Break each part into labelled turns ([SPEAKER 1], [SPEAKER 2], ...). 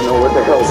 [SPEAKER 1] is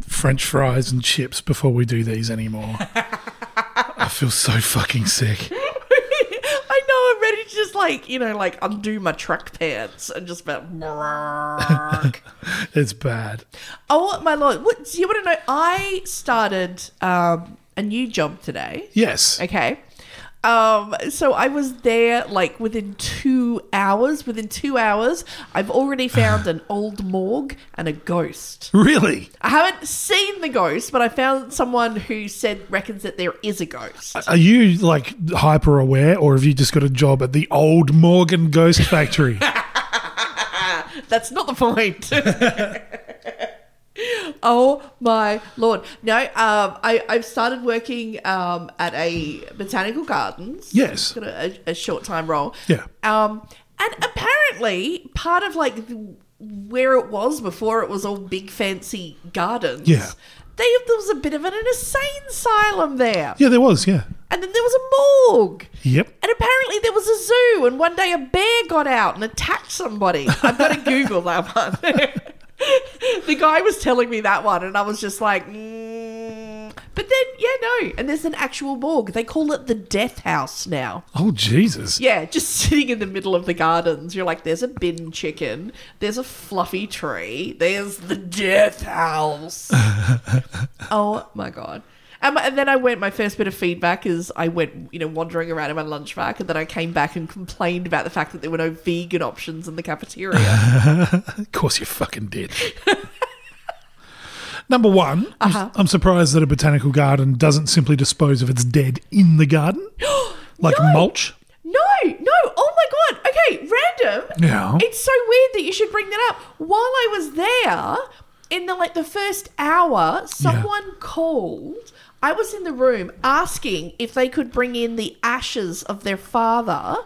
[SPEAKER 2] French fries and chips before we do these anymore. I feel so fucking sick.
[SPEAKER 3] I know I'm ready to just like you know like undo my truck pants and just about.
[SPEAKER 2] It's bad.
[SPEAKER 3] oh my lord! What do you want to know? I started um, a new job today.
[SPEAKER 2] Yes.
[SPEAKER 3] Okay. Um, so I was there like within two hours. Within two hours, I've already found an old morgue and a ghost.
[SPEAKER 2] Really?
[SPEAKER 3] I haven't seen the ghost, but I found someone who said reckons that there is a ghost.
[SPEAKER 2] Are you like hyper aware or have you just got a job at the old Morgan Ghost Factory?
[SPEAKER 3] That's not the point. oh my lord! No, um, I I've started working um, at a botanical gardens.
[SPEAKER 2] Yes.
[SPEAKER 3] got a, a short time role.
[SPEAKER 2] Yeah.
[SPEAKER 3] Um, and apparently part of like the- where it was before it was all big fancy gardens.
[SPEAKER 2] Yeah.
[SPEAKER 3] They, there was a bit of an insane asylum there,
[SPEAKER 2] yeah, there was, yeah.
[SPEAKER 3] and then there was a morgue.
[SPEAKER 2] Yep.
[SPEAKER 3] And apparently there was a zoo, and one day a bear got out and attacked somebody. I've got to Google that one. the guy was telling me that one, and I was just like, mm. but then yeah, no. And there's an actual morgue. They call it the death house now.
[SPEAKER 2] Oh Jesus.
[SPEAKER 3] Yeah, just sitting in the middle of the gardens. You're like, there's a bin chicken, there's a fluffy tree, there's the death house. oh my god. Um, and then I went. My first bit of feedback is I went, you know, wandering around in my lunch pack, and then I came back and complained about the fact that there were no vegan options in the cafeteria.
[SPEAKER 2] Of course you fucking did. Number one, I'm-
[SPEAKER 3] Uh-huh.
[SPEAKER 2] I'm surprised that a botanical garden doesn't simply dispose of its dead in the garden, like mulch.
[SPEAKER 3] no, no. Oh my god. Okay, random.
[SPEAKER 2] Yeah.
[SPEAKER 3] It's so weird that you should bring that up. While I was there, in the like the first hour, someone called. I was in the room asking if they could bring in the ashes of their father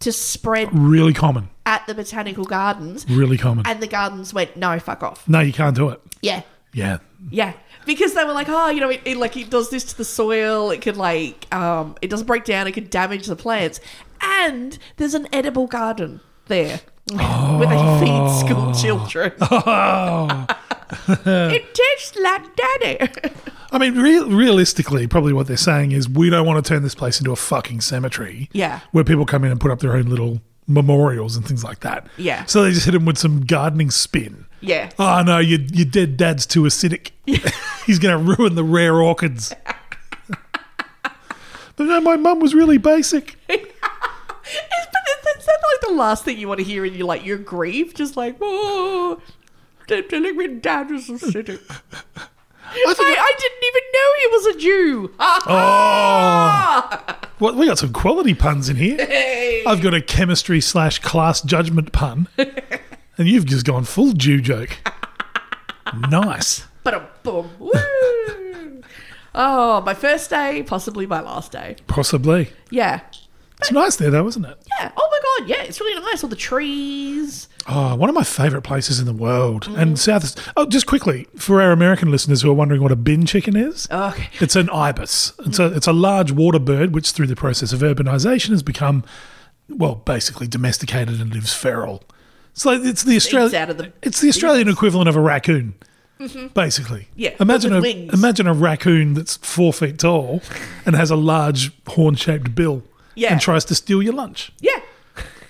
[SPEAKER 3] to spread
[SPEAKER 2] Really common.
[SPEAKER 3] at the botanical gardens.
[SPEAKER 2] Oh. Really common.
[SPEAKER 3] And the gardens went, no, fuck off.
[SPEAKER 2] no, you can't do it.
[SPEAKER 3] Yeah.
[SPEAKER 2] Yeah.
[SPEAKER 3] Yeah, because they were like, oh, you know, it, it like it does this to the soil. It could like, um, it doesn't break down. It could damage the plants. And there's an edible garden there where they feed school children. it tastes like daddy.
[SPEAKER 2] I mean, real realistically, probably what they're saying is we don't want to turn this place into a fucking cemetery.
[SPEAKER 3] Yeah.
[SPEAKER 2] Where people come in and put up their own little memorials and things like that.
[SPEAKER 3] Yeah.
[SPEAKER 2] So they just hit him with some gardening spin.
[SPEAKER 3] yeah.
[SPEAKER 2] Oh, no, your, your dead dad's too acidic. He's going to ruin the rare orchids. but no, my mum was really basic.
[SPEAKER 3] It's- but it's- it's not like the last thing you want to hear and you like your grief, just like, whoa, they're telling me dad is acidic. I, I didn't even know he was a Jew.
[SPEAKER 2] Oh. Well, we got some quality puns in here. I've got a chemistry slash class judgment pun, and you've just gone full Jew joke. Nice.
[SPEAKER 3] Ba-dum-bum. Woo. oh, my first day, possibly my last day.
[SPEAKER 2] Possibly.
[SPEAKER 3] Yeah.
[SPEAKER 2] It's nice there, though, isn't it?
[SPEAKER 3] Yeah. Oh my god, yeah, it's really nice. All the trees.
[SPEAKER 2] Oh, one of my favourite places in the world.
[SPEAKER 3] Mm-hmm.
[SPEAKER 2] And South. Oh, just quickly for our American listeners who are wondering what a bin chicken is.
[SPEAKER 3] Oh, Okay.
[SPEAKER 2] It's an ibis. It's a it's a large water bird which, through the process of urbanisation, has become, well, basically domesticated and lives feral. It's like it's the Australian.
[SPEAKER 3] out of the- Mm-hmm.
[SPEAKER 2] it's the Australian equivalent of a raccoon. Basically,
[SPEAKER 3] Yeah, but
[SPEAKER 2] Imagine
[SPEAKER 3] with
[SPEAKER 2] a
[SPEAKER 3] wings.
[SPEAKER 2] imagine a raccoon that's four feet tall and has a large horn shaped bill
[SPEAKER 3] Yeah.
[SPEAKER 2] and tries to steal your lunch.
[SPEAKER 3] Yeah.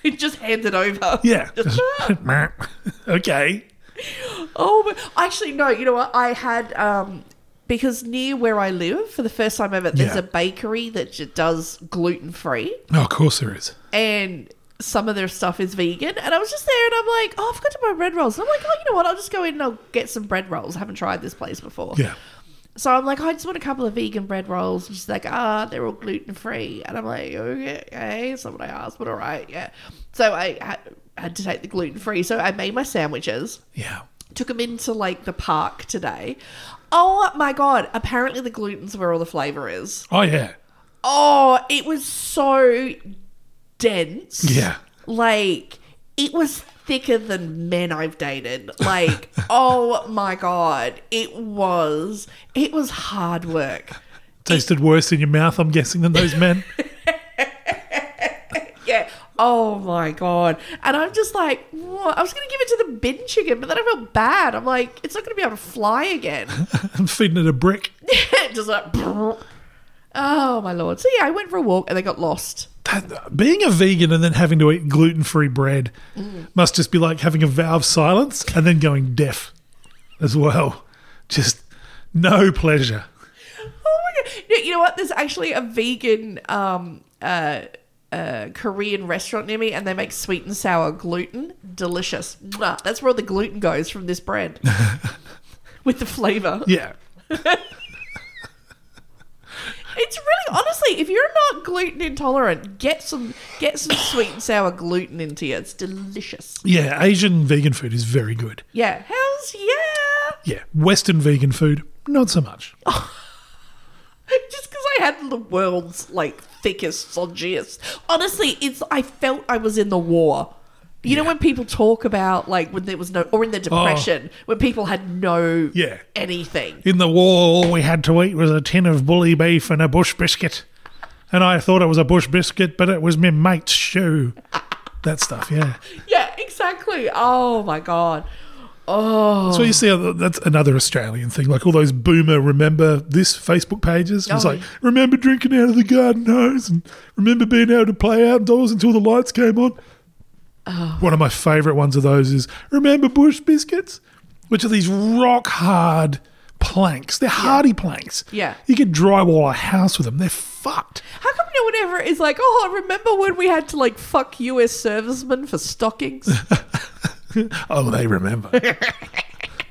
[SPEAKER 3] It just handed over.
[SPEAKER 2] Yeah.
[SPEAKER 3] Just, ah.
[SPEAKER 2] okay.
[SPEAKER 3] Oh, but actually, no. You know what? I had um because near where I live, for the first time ever, there's
[SPEAKER 2] Yeah.
[SPEAKER 3] a bakery that j- does gluten free,
[SPEAKER 2] Oh, of course there is.
[SPEAKER 3] and some of their stuff is vegan. And I was just there, and I'm like, oh, I forgot to buy bread rolls. And I'm like, oh, you know what? I'll just go in and I'll get some bread rolls. I haven't tried this place before.
[SPEAKER 2] Yeah.
[SPEAKER 3] So I'm like, I just want a couple of vegan bread rolls. And she's like, ah, they're all gluten free. And I'm like, okay, okay. So what I asked, but all right, yeah. So I ha- had to take the gluten free. So I made my sandwiches.
[SPEAKER 2] Yeah.
[SPEAKER 3] took him into like the park today. Oh my god! Apparently the gluten's where all the flavor is.
[SPEAKER 2] Oh yeah,
[SPEAKER 3] Oh, it was so dense.
[SPEAKER 2] yeah.
[SPEAKER 3] Like it was thicker than men I've dated. Like oh my god, it was it was hard work.
[SPEAKER 2] Tasted worse in your mouth, I'm guessing, than those men.
[SPEAKER 3] Yeah. Oh my god. And I'm just like, what? I was gonna give it to the bin chicken, but then I felt bad. I'm like, it's not gonna be able to fly again.
[SPEAKER 2] I'm feeding it a brick.
[SPEAKER 3] just like, oh my lord. So yeah, I went for a walk and I got lost.
[SPEAKER 2] That- being a vegan and then having to eat gluten free bread must just be like having a vow of silence and then going deaf as well. Just no pleasure.
[SPEAKER 3] Oh my god! No, you know what? There's actually a vegan um, uh, uh, Korean restaurant near me, and they make sweet and sour gluten. Delicious. Mwah. That's where all the gluten goes from this bread, with the flavor.
[SPEAKER 2] Yeah.
[SPEAKER 3] It's really honestly, if you're not gluten intolerant, get some get some sweet and sour gluten into you. It's delicious.
[SPEAKER 2] Yeah. Asian vegan food is very good.
[SPEAKER 3] Yeah. How's yeah?
[SPEAKER 2] Yeah. Western vegan food, not so much.
[SPEAKER 3] just because I had the world's like thickest, sodgiest. Honestly, it's I felt I was in the war. You know when people talk about like when there was no, or in the depression when people had no
[SPEAKER 2] Yeah.
[SPEAKER 3] anything.
[SPEAKER 2] In the war, all we had to eat was a tin of bully beef and a bush biscuit. And I thought it was a bush biscuit, but it was my mate's shoe. That stuff, yeah.
[SPEAKER 3] Yeah, exactly. Oh my god. Oh,
[SPEAKER 2] So you see, uh, that's another Australian thing. Like all those boomer remember this Facebook pages. It's
[SPEAKER 3] Oh,
[SPEAKER 2] like
[SPEAKER 3] yeah.
[SPEAKER 2] remember drinking out of the garden hose and remember being able to play outdoors until the lights came on.
[SPEAKER 3] Oh.
[SPEAKER 2] One of my favourite ones of those is remember bush biscuits, which are these rock hard planks. They're hardy planks.
[SPEAKER 3] Yeah.
[SPEAKER 2] you could drywall a house with them. They're fucked.
[SPEAKER 3] how come no one ever is like, oh, remember when we had to like fuck U.S. servicemen for stockings?
[SPEAKER 2] Oh, they remember.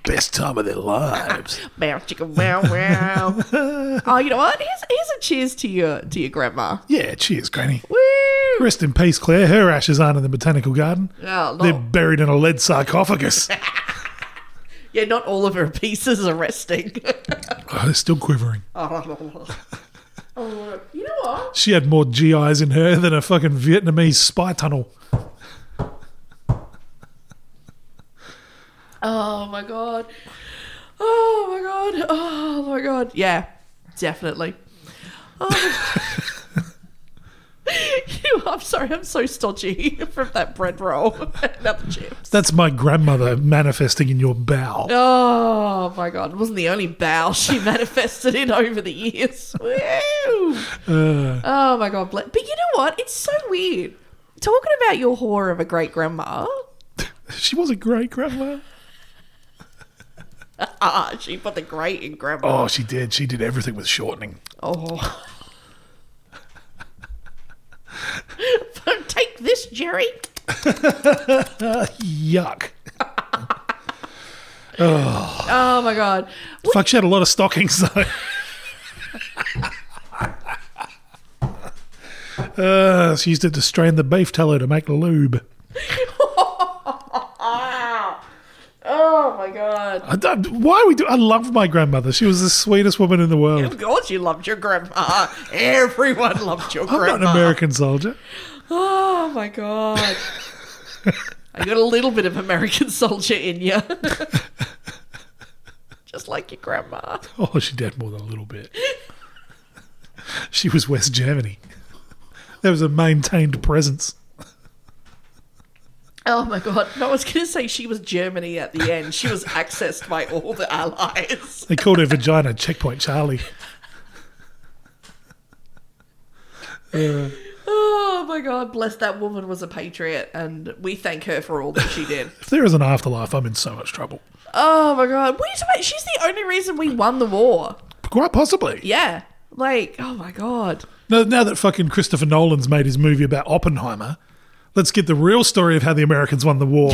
[SPEAKER 2] Best time of their lives.
[SPEAKER 3] Meow, chicka, meow, meow. oh, you know what? Here's, here's a cheers to your to your grandma.
[SPEAKER 2] Yeah, cheers, Granny.
[SPEAKER 3] Woo!
[SPEAKER 2] Rest in peace, Claire. Her ashes aren't in the botanical garden.
[SPEAKER 3] Oh,
[SPEAKER 2] They're
[SPEAKER 3] no.
[SPEAKER 2] buried in a lead sarcophagus.
[SPEAKER 3] Yeah, not all of her pieces are resting. Oh,
[SPEAKER 2] oh, they're still quivering.
[SPEAKER 3] you know what?
[SPEAKER 2] She had more GIs in her than a fucking Vietnamese spy tunnel.
[SPEAKER 3] Oh my god. Oh my god. Oh my god. Yeah, definitely. Oh my- You know, I'm sorry, I'm so stodgy from that bread roll. Not the chips.
[SPEAKER 2] That's my grandmother manifesting in your bowel.
[SPEAKER 3] Oh my god. It wasn't the only bow she manifested in over the years. Woo! oh my god. ble- But you know what? It's so weird. Talking about your whore of a great grandma.
[SPEAKER 2] She was a great grandma.
[SPEAKER 3] Ah, she put the great in grandma.
[SPEAKER 2] Oh, she did. She did everything with shortening.
[SPEAKER 3] Oh. Take this, Jerry.
[SPEAKER 2] Yuck.
[SPEAKER 3] Oh my god. What-
[SPEAKER 2] Fuck, she had a lot of stockings, though. Uh, she used it to strain the beef tallow to make lube.
[SPEAKER 3] Ah. Oh my god.
[SPEAKER 2] I don't- why we do? I love my grandmother. She was the sweetest woman in the world.
[SPEAKER 3] Of course you loved your grandma. Everyone loved your
[SPEAKER 2] I'm
[SPEAKER 3] grandma.
[SPEAKER 2] not an American soldier.
[SPEAKER 3] Oh my god. I got a little bit of American soldier in you. Just like your grandma.
[SPEAKER 2] Oh, she did more than a little bit. she was West Germany. There was a maintained presence.
[SPEAKER 3] Oh my god. No, I was going to say she was Germany at the end. She was accessed by all the allies.
[SPEAKER 2] They called her vagina Checkpoint Charlie. Uh,
[SPEAKER 3] Oh my God, bless that woman was a patriot, and we thank her for all that she did.
[SPEAKER 2] If there is an afterlife, I'm in so much trouble.
[SPEAKER 3] oh my God, what are you talking about? She's the only reason we won the war.
[SPEAKER 2] Quite possibly.
[SPEAKER 3] Yeah, like oh my God.
[SPEAKER 2] Now, now that fucking Christopher Nolan's made his movie about Oppenheimer, let's get the real story of how the Americans won the war.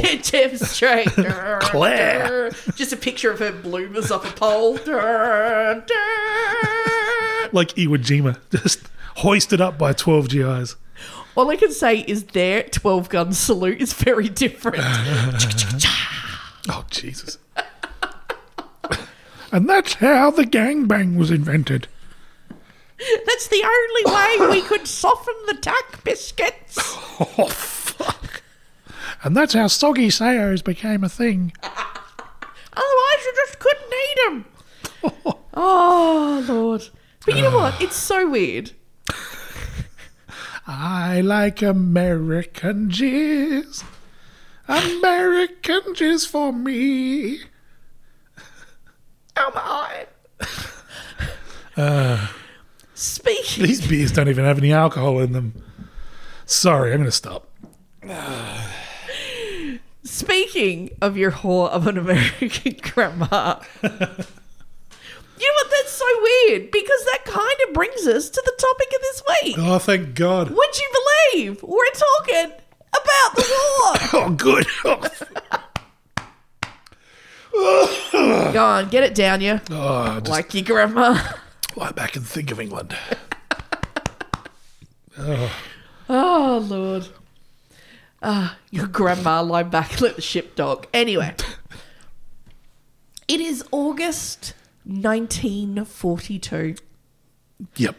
[SPEAKER 3] Tim straight.
[SPEAKER 2] Claire.
[SPEAKER 3] Just a picture of her bloomers off a pole.
[SPEAKER 2] like Iwo Jima, just hoisted up by 12 GIs.
[SPEAKER 3] All I can say is their 12 gun salute is very different.
[SPEAKER 2] Oh, Jesus. and that's how the gangbang was invented.
[SPEAKER 3] That's the only way we could soften the duck biscuits.
[SPEAKER 2] Oh, fuck. And that's how soggy sayos became a thing.
[SPEAKER 3] Otherwise, you just couldn't eat them. oh, Lord. But you know what? It's so weird.
[SPEAKER 2] I like American jizz. American jizz for me.
[SPEAKER 3] Come on.
[SPEAKER 2] Uh.
[SPEAKER 3] Speaking.
[SPEAKER 2] These beers don't even have any alcohol in them. Sorry, I'm going to stop.
[SPEAKER 3] Speaking of your whore of an American grandma. you know what? That's so weird because that kind of brings us to the topic of this week.
[SPEAKER 2] Oh, thank God.
[SPEAKER 3] Would you believe we're talking about the war?
[SPEAKER 2] Oh, good.
[SPEAKER 3] Go on, get it down, you.
[SPEAKER 2] Oh, just
[SPEAKER 3] Like your grandma.
[SPEAKER 2] lie back and think of England.
[SPEAKER 3] Oh, Lord. Ah, your grandma lying back and let the ship dog. Anyway, it is August 1942.
[SPEAKER 2] Yep.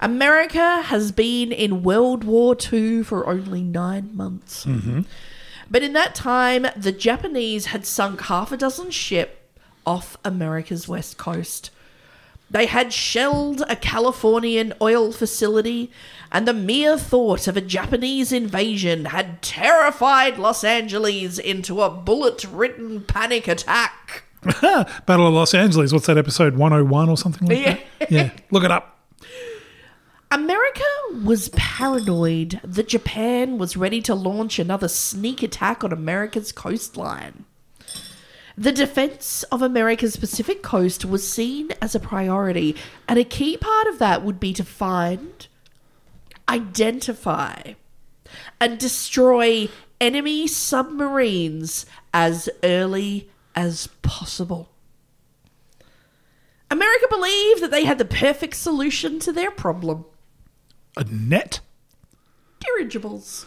[SPEAKER 3] America has been in World War II for only nine months. But in that time, the Japanese had sunk half a dozen ship off America's west coast. They had shelled a Californian oil facility, and the mere thought of a Japanese invasion had terrified Los Angeles into a bullet ridden panic attack.
[SPEAKER 2] Battle of Los Angeles. What's that episode? 101 or something like
[SPEAKER 3] Yeah.
[SPEAKER 2] that? Yeah. Look it up.
[SPEAKER 3] America was paranoid that Japan was ready to launch another sneak attack on America's coastline. The defense of America's Pacific coast was seen as a priority, and a key part of that would be to find, identify, and destroy enemy submarines as early as possible. America believed that they had the perfect solution to their problem
[SPEAKER 2] A net?
[SPEAKER 3] dirigibles.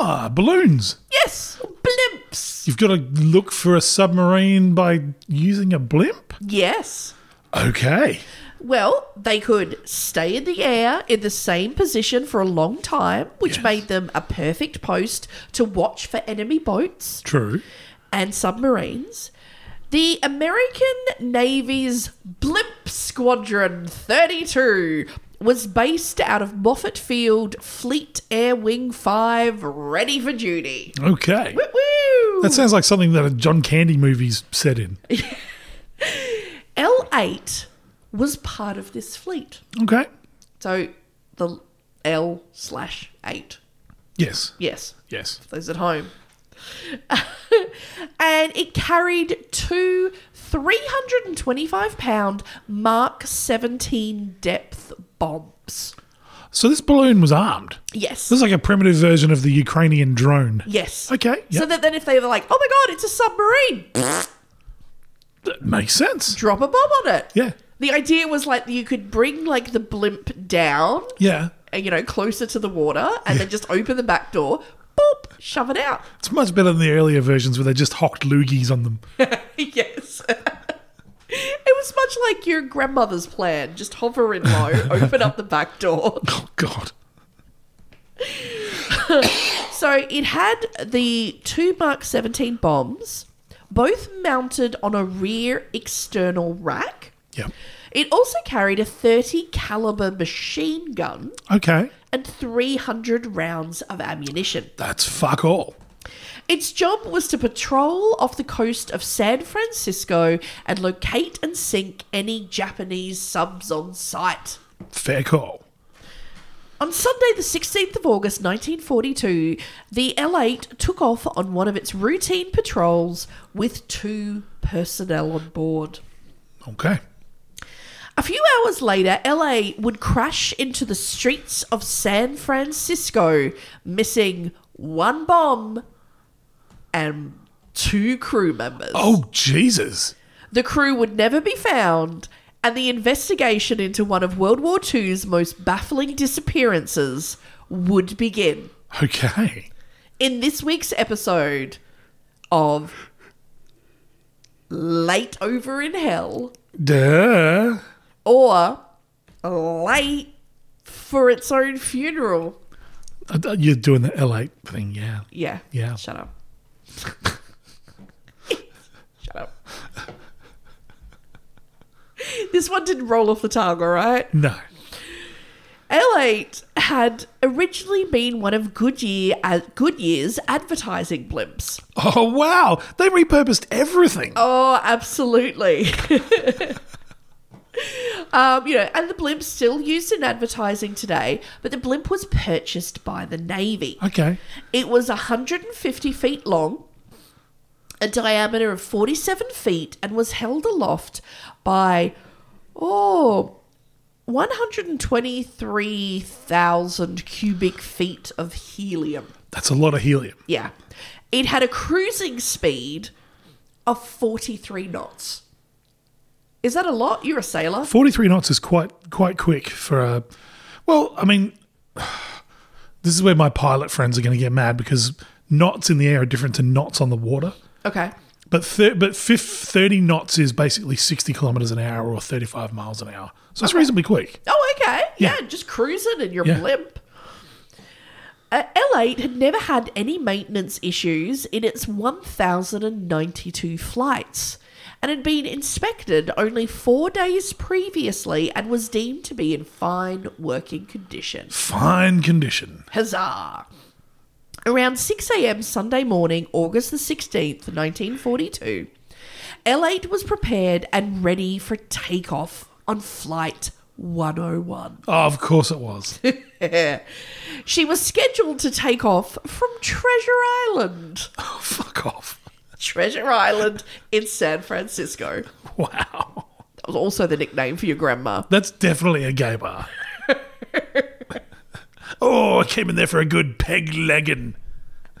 [SPEAKER 2] Ah, balloons.
[SPEAKER 3] Yes, blimps.
[SPEAKER 2] You've got to look for a submarine by using a blimp?
[SPEAKER 3] Yes.
[SPEAKER 2] Okay.
[SPEAKER 3] Well, they could stay in the air in the same position for a long time, which made them a perfect post to watch for enemy boats
[SPEAKER 2] True.
[SPEAKER 3] and submarines. The American Navy's Blimp Squadron 32 was based out of Moffett Field, Fleet Air Wing 5, ready for duty.
[SPEAKER 2] Okay.
[SPEAKER 3] Woo!
[SPEAKER 2] That sounds like something that a John Candy movie's set in.
[SPEAKER 3] L8 was part of this fleet.
[SPEAKER 2] Okay.
[SPEAKER 3] So the L slash 8.
[SPEAKER 2] Yes.
[SPEAKER 3] Yes,
[SPEAKER 2] Yes.
[SPEAKER 3] those at home. and it carried two 325 pound Mark 17 depth bombs.
[SPEAKER 2] So this balloon was armed.
[SPEAKER 3] Yes.
[SPEAKER 2] This is like a primitive version of the Ukrainian drone.
[SPEAKER 3] Yes.
[SPEAKER 2] Okay,
[SPEAKER 3] So
[SPEAKER 2] yep.
[SPEAKER 3] that then if they were like, oh my God, it's a submarine,
[SPEAKER 2] That makes sense.
[SPEAKER 3] drop a bomb on it.
[SPEAKER 2] Yeah.
[SPEAKER 3] The idea was like you could bring like the blimp down
[SPEAKER 2] Yeah.
[SPEAKER 3] uh, you know, closer to the water and then just open the back door, boop, shove it out.
[SPEAKER 2] It's much better than the earlier versions where they just hocked loogies on them.
[SPEAKER 3] yes. it was much like your grandmother's plan just hover in low, open up the back door.
[SPEAKER 2] Oh, God.
[SPEAKER 3] So it had the two Mark 17 bombs, both mounted on a rear external rack.
[SPEAKER 2] Yep.
[SPEAKER 3] It also carried a 30 caliber machine gun
[SPEAKER 2] Okay.
[SPEAKER 3] and 300 rounds of ammunition.
[SPEAKER 2] That's fuck all.
[SPEAKER 3] Its job was to patrol off the coast of San Francisco and locate and sink any Japanese subs on sight.
[SPEAKER 2] Fair call.
[SPEAKER 3] On Sunday, the 16th of August 1942, the L8 took off on one of its routine patrols with two personnel on board.
[SPEAKER 2] Okay.
[SPEAKER 3] A few hours later, LA would crash into the streets of San Francisco, missing one bomb and two crew members.
[SPEAKER 2] Oh, Jesus.
[SPEAKER 3] The crew would never be found, and the investigation into one of World War II's most baffling disappearances would begin
[SPEAKER 2] Okay.
[SPEAKER 3] in this week's episode of late over in hell
[SPEAKER 2] Duh.
[SPEAKER 3] or late for its own funeral.
[SPEAKER 2] I- I- Uh, You're doing the L8 thing, yeah.
[SPEAKER 3] Yeah.
[SPEAKER 2] Yeah.
[SPEAKER 3] Shut up. Shut up. this one didn't roll off the tongue, all right?
[SPEAKER 2] No.
[SPEAKER 3] L8 had originally been one of Goodyear, uh, Goodyear's advertising blimps.
[SPEAKER 2] Oh, wow. They repurposed everything.
[SPEAKER 3] Oh, absolutely. um, you know, and the blimp's still used in advertising today, but the blimp was purchased by the Navy.
[SPEAKER 2] Okay.
[SPEAKER 3] It was 150 feet long, a diameter of 47 feet, and was held aloft by, oh, 123,000 cubic feet of helium.
[SPEAKER 2] That's a lot of helium.
[SPEAKER 3] Yeah. It had a cruising speed of 43 knots. Is that a lot? You're a sailor.
[SPEAKER 2] 43 knots is quite quite quick for a well i mean this is where my pilot friends are going to get mad because knots in the air are different to knots on the water
[SPEAKER 3] Okay.
[SPEAKER 2] but thir- but fif- 30 knots is basically 60 kilometers an hour or 35 miles an hour so it's reasonably quick
[SPEAKER 3] Oh, okay. Yeah,
[SPEAKER 2] Yeah.
[SPEAKER 3] just cruising in your
[SPEAKER 2] Yeah.
[SPEAKER 3] blimp. Uh, L8 had never had any maintenance issues in its 1,092 flights and had been inspected only four days previously and was deemed to be in fine working condition.
[SPEAKER 2] fine condition
[SPEAKER 3] Huzzah! Around 6 a.m. Sunday morning, August the 16th, 1942, L8 was prepared and ready for takeoff on Flight 101.
[SPEAKER 2] oh, of course it was
[SPEAKER 3] She was scheduled to take off from Treasure Island.
[SPEAKER 2] oh, fuck off
[SPEAKER 3] Treasure Island in San Francisco.
[SPEAKER 2] wow
[SPEAKER 3] That was also the nickname for your grandma.
[SPEAKER 2] that's definitely a gay bar oh i came in there for a good peg legging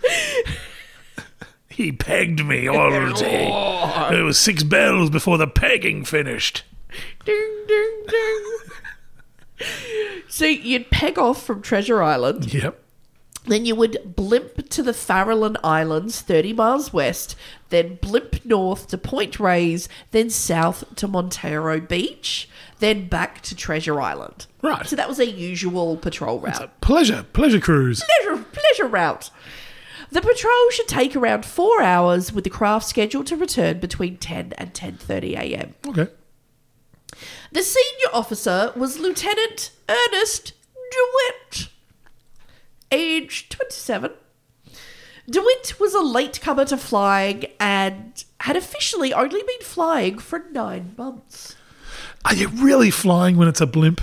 [SPEAKER 2] he pegged me all day It was six bells before the pegging finished.
[SPEAKER 3] Ding, ding, ding. so you'd peg off from Treasure Island.
[SPEAKER 2] Yep.
[SPEAKER 3] Then you would blimp to the Farallon Islands, 30 miles west, then blimp north to Point Reyes, then south to Montero Beach, then back to Treasure Island.
[SPEAKER 2] Right.
[SPEAKER 3] So that was a usual patrol route.
[SPEAKER 2] Pleasure. Pleasure cruise.
[SPEAKER 3] Pleasure, pleasure route. The patrol should take around four hours, with the craft scheduled to return between 10 and 10.30 a.m.
[SPEAKER 2] Okay.
[SPEAKER 3] The senior officer was Lieutenant Ernest DeWitt, age 27. DeWitt was a latecomer to flying and had officially only been flying for nine months.
[SPEAKER 2] Are you really flying when it's a blimp?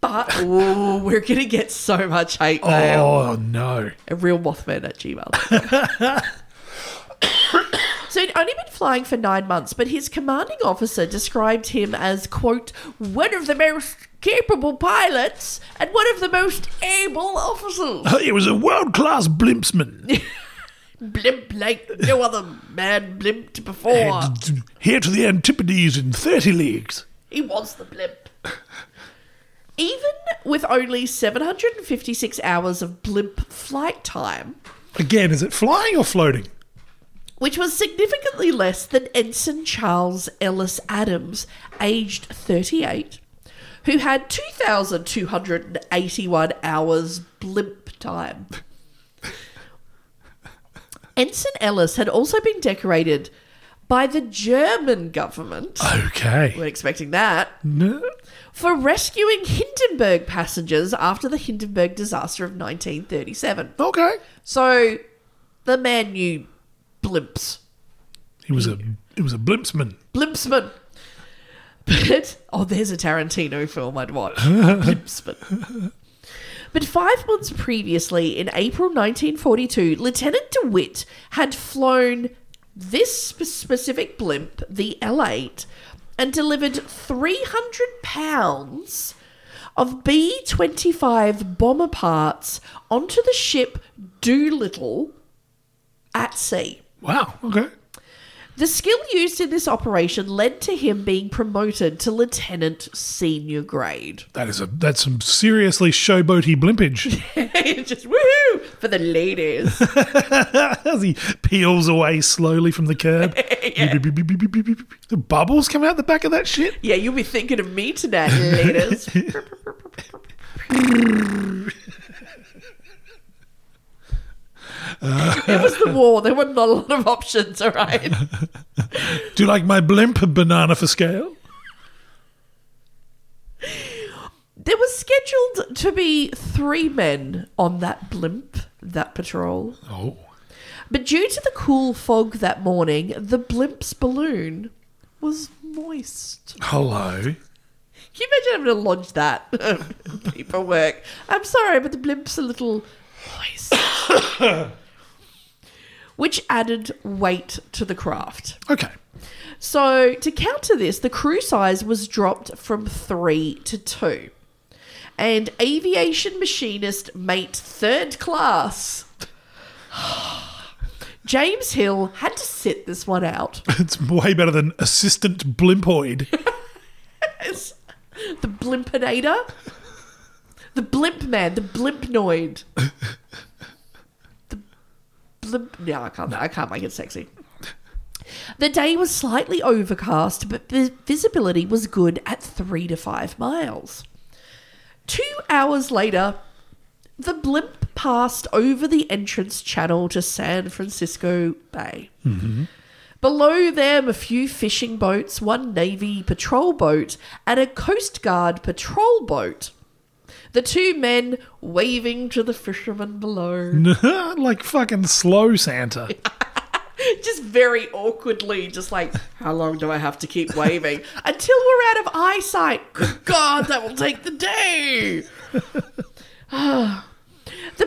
[SPEAKER 3] But ooh, we're going to get so much hate mail.
[SPEAKER 2] Oh, no.
[SPEAKER 3] A real Mothman at Gmail. so he'd only been flying for nine months, but his commanding officer described him as, quote, one of the most capable pilots and one of the most able officers.
[SPEAKER 2] It was a world class blimpsman.
[SPEAKER 3] Blimp like no other man blimped before.
[SPEAKER 2] And Here to the Antipodes in 30 leagues.
[SPEAKER 3] He was the blimp. Even with only 756 hours of blimp flight time,
[SPEAKER 2] Again, is it flying or floating?
[SPEAKER 3] which was significantly less than Ensign Charles Ellis Adams, aged 38, who had 2,281 hours blimp time. Ensign Ellis had also been decorated by the German government.
[SPEAKER 2] Ah. Okay.
[SPEAKER 3] Weren't expecting that
[SPEAKER 2] No.
[SPEAKER 3] for rescuing Hindenburg passengers after the Hindenburg disaster of 1937.
[SPEAKER 2] Okay.
[SPEAKER 3] So the man knew blimps.
[SPEAKER 2] He was a it was a blimpsman.
[SPEAKER 3] Blimpsman. But oh, there's a Tarantino film I'd watch. Blimpsman. But five months previously, in April 1942, Lieutenant DeWitt had flown this sp- specific blimp, the L8, and delivered 300 pounds of B 25 bomber parts onto the ship Doolittle at sea.
[SPEAKER 2] Wow. Okay.
[SPEAKER 3] The skill used in this operation led to him being promoted to lieutenant senior grade.
[SPEAKER 2] That is a that's some seriously showboaty blimpage.
[SPEAKER 3] Just woohoo! for the ladies.
[SPEAKER 2] As he peels away slowly from the curb. Beep, beep, beep, beep, beep, beep, beep, beep. The bubbles come out the back of that shit.
[SPEAKER 3] yeah, you'll be thinking of me tonight, ladies. it was the war. There were not a lot of options, all right?
[SPEAKER 2] Do you like my blimp banana for scale?
[SPEAKER 3] There was scheduled to be three men on that blimp, that patrol.
[SPEAKER 2] Oh.
[SPEAKER 3] But due to the cool fog that morning, the blimp's balloon was moist.
[SPEAKER 2] Hello.
[SPEAKER 3] Can you imagine having to lodge that paperwork? I'm sorry, but the blimp's a little moist. Which added weight to the craft.
[SPEAKER 2] Okay.
[SPEAKER 3] So, to counter this, the crew size was dropped from three to two. And aviation machinist mate third class, James Hill, had to sit this one out.
[SPEAKER 2] It's way better than assistant blimpoid.
[SPEAKER 3] It's the blimpinator. The blimp man, the blimpnoid. The blimp No, I can't I can't make it sexy. The day was slightly overcast, but the visibility was good at three to five miles. Two hours later, the blimp passed over the entrance channel to San Francisco Bay. Below them, a few fishing boats, one Navy patrol boat, and a Coast Guard patrol boat. The two men waving to the fishermen below.
[SPEAKER 2] like fucking slow Santa.
[SPEAKER 3] Just very awkwardly, just like, how long do I have to keep waving? Until we're out of eyesight. Good God, that will take the day. the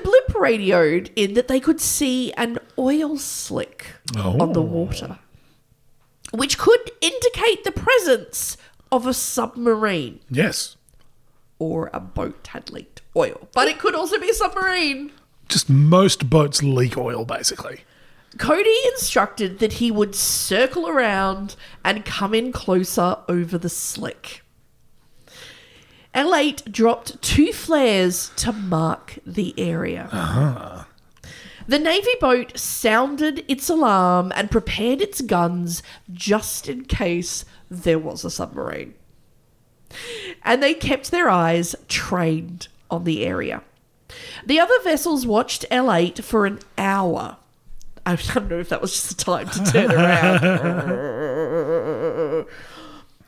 [SPEAKER 3] blimp radioed in that they could see an oil slick on the water, which could indicate the presence of a submarine
[SPEAKER 2] Yes.
[SPEAKER 3] or a boat had leaked oil. But it could also be a submarine.
[SPEAKER 2] Just most boats leak oil, basically.
[SPEAKER 3] Cody instructed that he would circle around and come in closer over the slick. L8 dropped two flares to mark the area. The Navy boat sounded its alarm and prepared its guns just in case there was a submarine. And they kept their eyes trained on the area. The other vessels watched L8 for an hour. I don't know if that was just the time to turn around.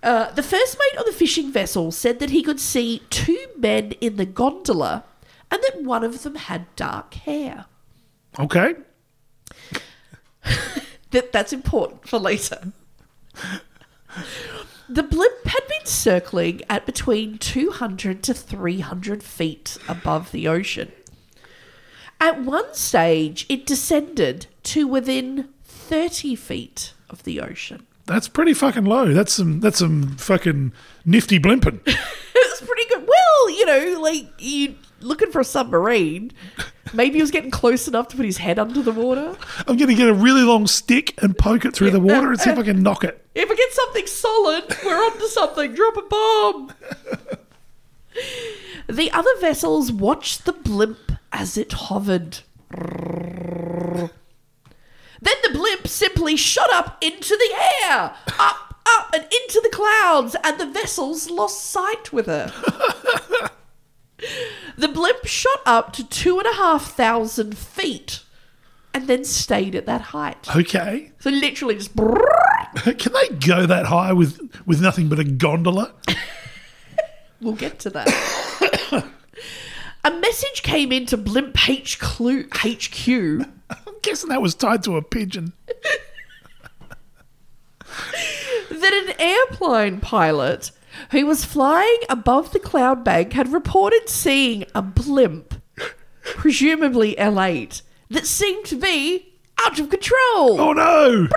[SPEAKER 3] Uh, the first mate of the fishing vessel said that he could see two men in the gondola and that one of them had dark hair.
[SPEAKER 2] Okay.
[SPEAKER 3] That that's important for later. the blimp had been circling at between 200 to 300 feet above the ocean. At one stage, it descended to within 30 feet of the ocean.
[SPEAKER 2] That's pretty fucking low. That's some that's some fucking nifty blimping.
[SPEAKER 3] It's pretty good. Well, you know, like you looking for a submarine. Maybe he was getting close enough to put his head under the water.
[SPEAKER 2] I'm gonna get a really long stick and poke it through the water and see if I can knock it.
[SPEAKER 3] If we get something solid, we're onto something. Drop a bomb. the other vessels watched the blimp as it hovered. Then the blimp simply shot up into the air, up, up, and into the clouds, and the vessels lost sight with her. the blimp shot up to two and a half thousand feet and then stayed at that height.
[SPEAKER 2] Okay.
[SPEAKER 3] So literally just.
[SPEAKER 2] Can they go that high with with nothing but a gondola?
[SPEAKER 3] We'll get to that. a message came in to Blimp H Clue, HQ
[SPEAKER 2] I'm guessing that was tied to a pigeon.
[SPEAKER 3] that an airplane pilot who was flying above the cloud bank had reported seeing a blimp, presumably L8, that seemed to be out of control.
[SPEAKER 2] Oh no!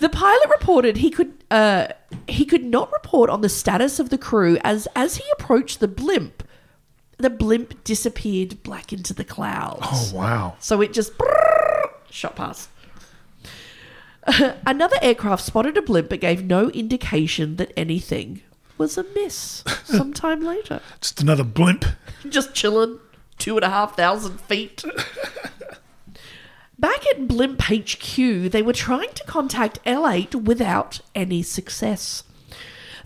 [SPEAKER 3] The pilot reported he could uh, he could not report on the status of the crew as as he approached the blimp, the blimp disappeared black into the clouds.
[SPEAKER 2] Oh wow.
[SPEAKER 3] So it just shot past. Another aircraft spotted a blimp but gave no indication that anything was a miss sometime later.
[SPEAKER 2] Just another blimp.
[SPEAKER 3] Just chilling, two and a half thousand feet. Back at Blimp HQ, they were trying to contact L8 without any success.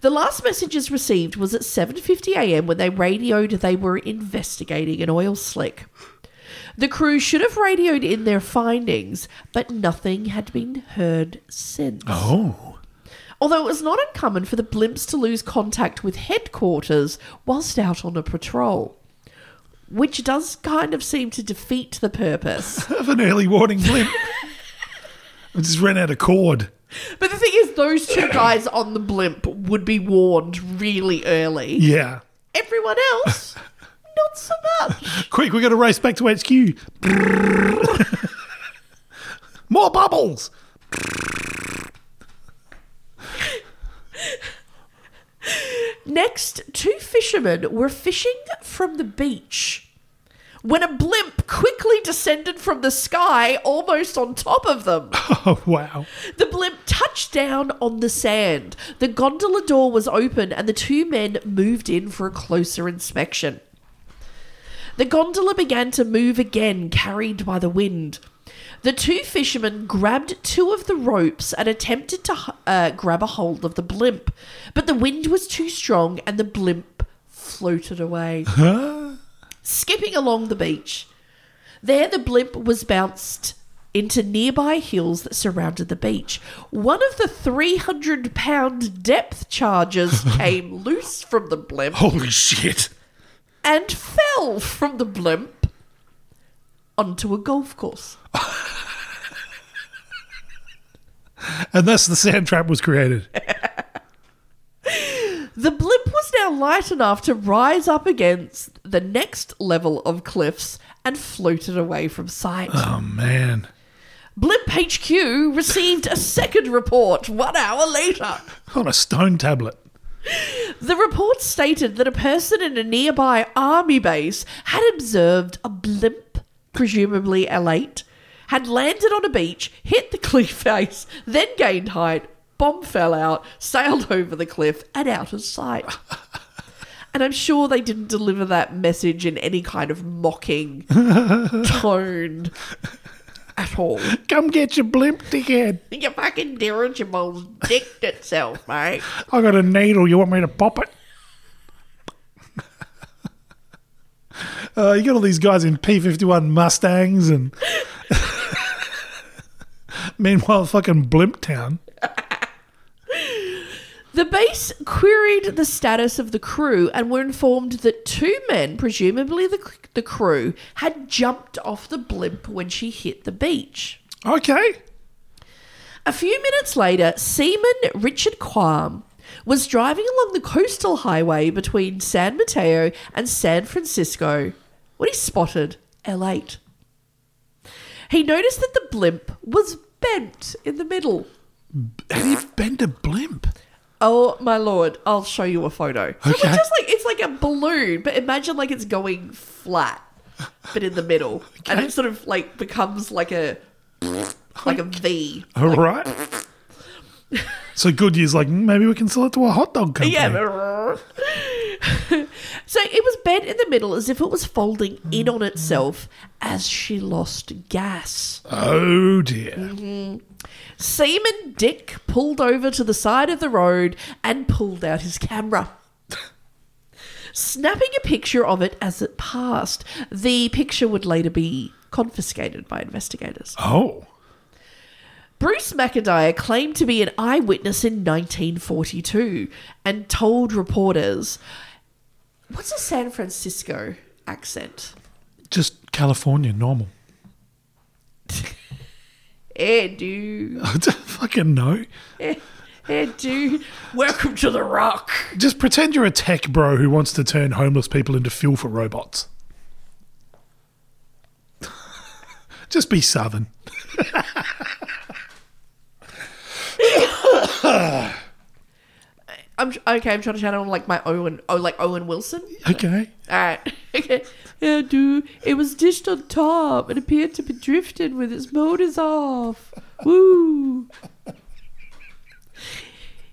[SPEAKER 3] The last messages received was at 7:50 a.m. when they radioed they were investigating an oil slick. The crew should have radioed in their findings, but nothing had been heard since.
[SPEAKER 2] Oh.
[SPEAKER 3] Although it was not uncommon for the blimps to lose contact with headquarters whilst out on a patrol, which does kind of seem to defeat the purpose.
[SPEAKER 2] Have an early warning blimp. I just ran out of cord.
[SPEAKER 3] but the thing is, those two guys on the blimp would be warned really early.
[SPEAKER 2] Yeah.
[SPEAKER 3] Everyone else, not so much.
[SPEAKER 2] Quick, we got to race back to HQ. More bubbles.
[SPEAKER 3] Next, two fishermen were fishing from the beach when a blimp quickly descended from the sky almost on top of them.
[SPEAKER 2] Oh, wow.
[SPEAKER 3] The blimp touched down on the sand. The gondola door was open and the two men moved in for a closer inspection. The gondola began to move again, carried by the wind. The two fishermen grabbed two of the ropes and attempted to uh, grab a hold of the blimp, but the wind was too strong and the blimp floated away, skipping along the beach. There, the blimp was bounced into nearby hills that surrounded the beach. One of the 300 pound depth charges came loose from the blimp
[SPEAKER 2] Holy shit.
[SPEAKER 3] and fell from the blimp onto a golf course.
[SPEAKER 2] And thus the sand trap was created.
[SPEAKER 3] The blimp was now light enough to rise up against the next level of cliffs and floated away from sight.
[SPEAKER 2] Oh, man.
[SPEAKER 3] Blimp HQ received a second report one hour later.
[SPEAKER 2] On a stone tablet.
[SPEAKER 3] The report stated that a person in a nearby army base had observed a blimp, presumably L8, had landed on a beach, hit the cliff face, then gained height, bomb fell out, sailed over the cliff, and out of sight. And I'm sure they didn't deliver that message in any kind of mocking tone at all.
[SPEAKER 2] Come get your blimp, dickhead.
[SPEAKER 3] Your fucking dirigibles dicked itself, mate.
[SPEAKER 2] I got a needle. You want me to pop it? uh, you got all these guys in P51 Mustangs and. Meanwhile, fucking Blimp Town.
[SPEAKER 3] The base queried the status of the crew and were informed that two men, presumably the, the crew, had jumped off the blimp when she hit the beach.
[SPEAKER 2] Okay.
[SPEAKER 3] A few minutes later, seaman Richard Quam was driving along the coastal highway between San Mateo and San Francisco when he spotted L8. He noticed that the blimp was bent in the middle.
[SPEAKER 2] Have you been to Blimp?
[SPEAKER 3] Oh my lord! I'll show you a photo. So it's
[SPEAKER 2] Okay.
[SPEAKER 3] just like it's like a balloon, but imagine like it's going flat, but in the middle, and it sort of like becomes like a like a V.
[SPEAKER 2] All right. so Goodyear's like, "Mm, maybe we can sell it to a hot dog company.
[SPEAKER 3] Yeah. so it was bent in the middle as if it was folding in on itself as she lost gas.
[SPEAKER 2] Oh dear.
[SPEAKER 3] Seaman Dick pulled over to the side of the road and pulled out his camera. Snapping a picture of it as it passed, the picture would later be confiscated by investigators.
[SPEAKER 2] Oh.
[SPEAKER 3] Bruce McIntyre claimed to be an eyewitness in 1942 and told reporters, What's a San Francisco accent?
[SPEAKER 2] Just California normal.
[SPEAKER 3] Eh, dude.
[SPEAKER 2] I don't fucking know.
[SPEAKER 3] Eh, dude. Welcome to the rock.
[SPEAKER 2] Just pretend you're a tech bro who wants to turn homeless people into fuel for robots. Just be southern.
[SPEAKER 3] I'm okay. I'm trying to channel like my Owen, oh, like Owen Wilson.
[SPEAKER 2] Okay.
[SPEAKER 3] All right, okay. Yeah, dude. It was dished on top and appeared to be drifting with its motors off. Woo!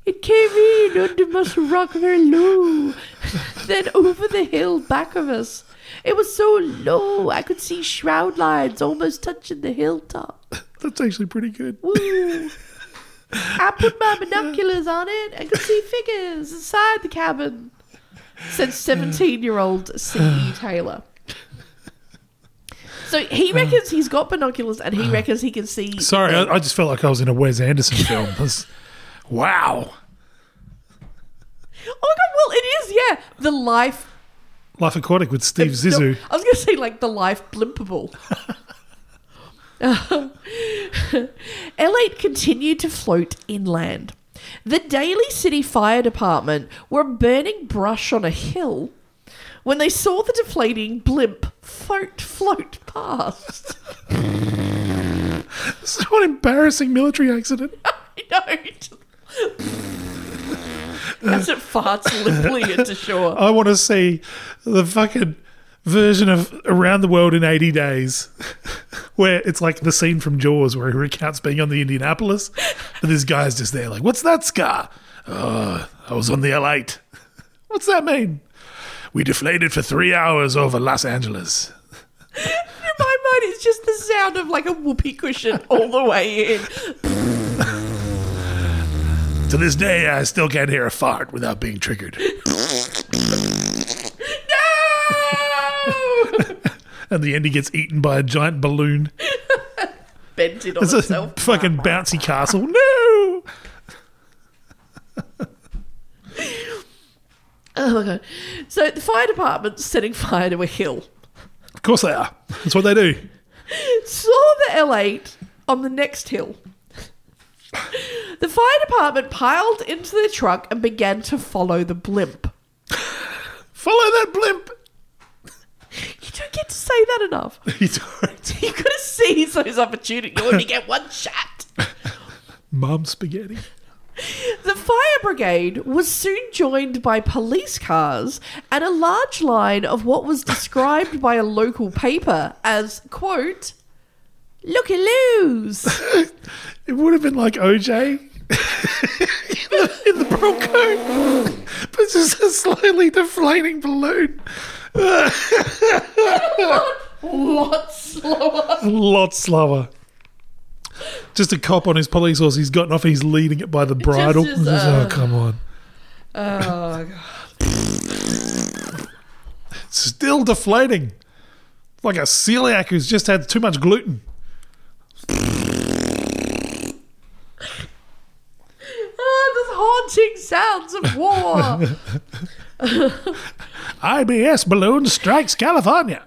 [SPEAKER 3] It came in under us rock very low, then over the hill back of us. It was so low I could see shroud lines almost touching the hilltop.
[SPEAKER 2] That's actually pretty good.
[SPEAKER 3] Woo! I put my binoculars on it and could see figures inside the cabin. Said 17 year old C.E. Taylor. So he reckons he's got binoculars and he reckons he can see.
[SPEAKER 2] Sorry, I, I just felt like I was in a Wes Anderson film. That's- wow.
[SPEAKER 3] Oh my god, well, it is, yeah. The life
[SPEAKER 2] Life Aquatic with Steve Zissou.
[SPEAKER 3] I was going to say like the life blimpable. L8 continued to float inland. The Daly City Fire Department were burning brush on a hill when they saw the deflating blimp float float past.
[SPEAKER 2] This is an embarrassing military accident.
[SPEAKER 3] I know. As it farts limply into shore.
[SPEAKER 2] I want to see the fucking version of Around the World in 80 Days, where it's like the scene from Jaws where he recounts being on the Indianapolis, but this guy's just there, like, what's that scar? Oh, I was on the L8. What's that mean? We deflated for three hours over Los Angeles.
[SPEAKER 3] In my mind, it's just the sound of like a whoopee cushion all the way in.
[SPEAKER 2] To this day, I still can't hear a fart without being triggered.
[SPEAKER 3] No!
[SPEAKER 2] And the end, he gets eaten by a giant balloon.
[SPEAKER 3] Bent it on
[SPEAKER 2] It's a
[SPEAKER 3] itself.
[SPEAKER 2] fucking bouncy castle. No!
[SPEAKER 3] Oh my god. So the fire department's setting fire to a hill.
[SPEAKER 2] Of course they are. That's what they do.
[SPEAKER 3] Saw the L8 on the next hill. The fire department piled into their truck and began to follow the blimp.
[SPEAKER 2] Follow that blimp.
[SPEAKER 3] You don't get to say that enough.
[SPEAKER 2] You don't.
[SPEAKER 3] You've got to seize those opportunities. You only get one shot.
[SPEAKER 2] Mum spaghetti.
[SPEAKER 3] The fire brigade was soon joined by police cars and a large line of what was described by a local paper as, quote, looky loos.
[SPEAKER 2] It would have been like OJ in the, in the Bronco, but just a slowly deflating balloon.
[SPEAKER 3] Lot slower.
[SPEAKER 2] A lot slower. Just a cop on his police horse. He's gotten off. He's leading it by the bridle.
[SPEAKER 3] just,
[SPEAKER 2] Just,
[SPEAKER 3] uh,
[SPEAKER 2] oh come on!
[SPEAKER 3] Oh, God.
[SPEAKER 2] Still deflating, like a celiac who's just had too much gluten.
[SPEAKER 3] Oh, there's haunting sounds of war.
[SPEAKER 2] IBS balloon strikes California.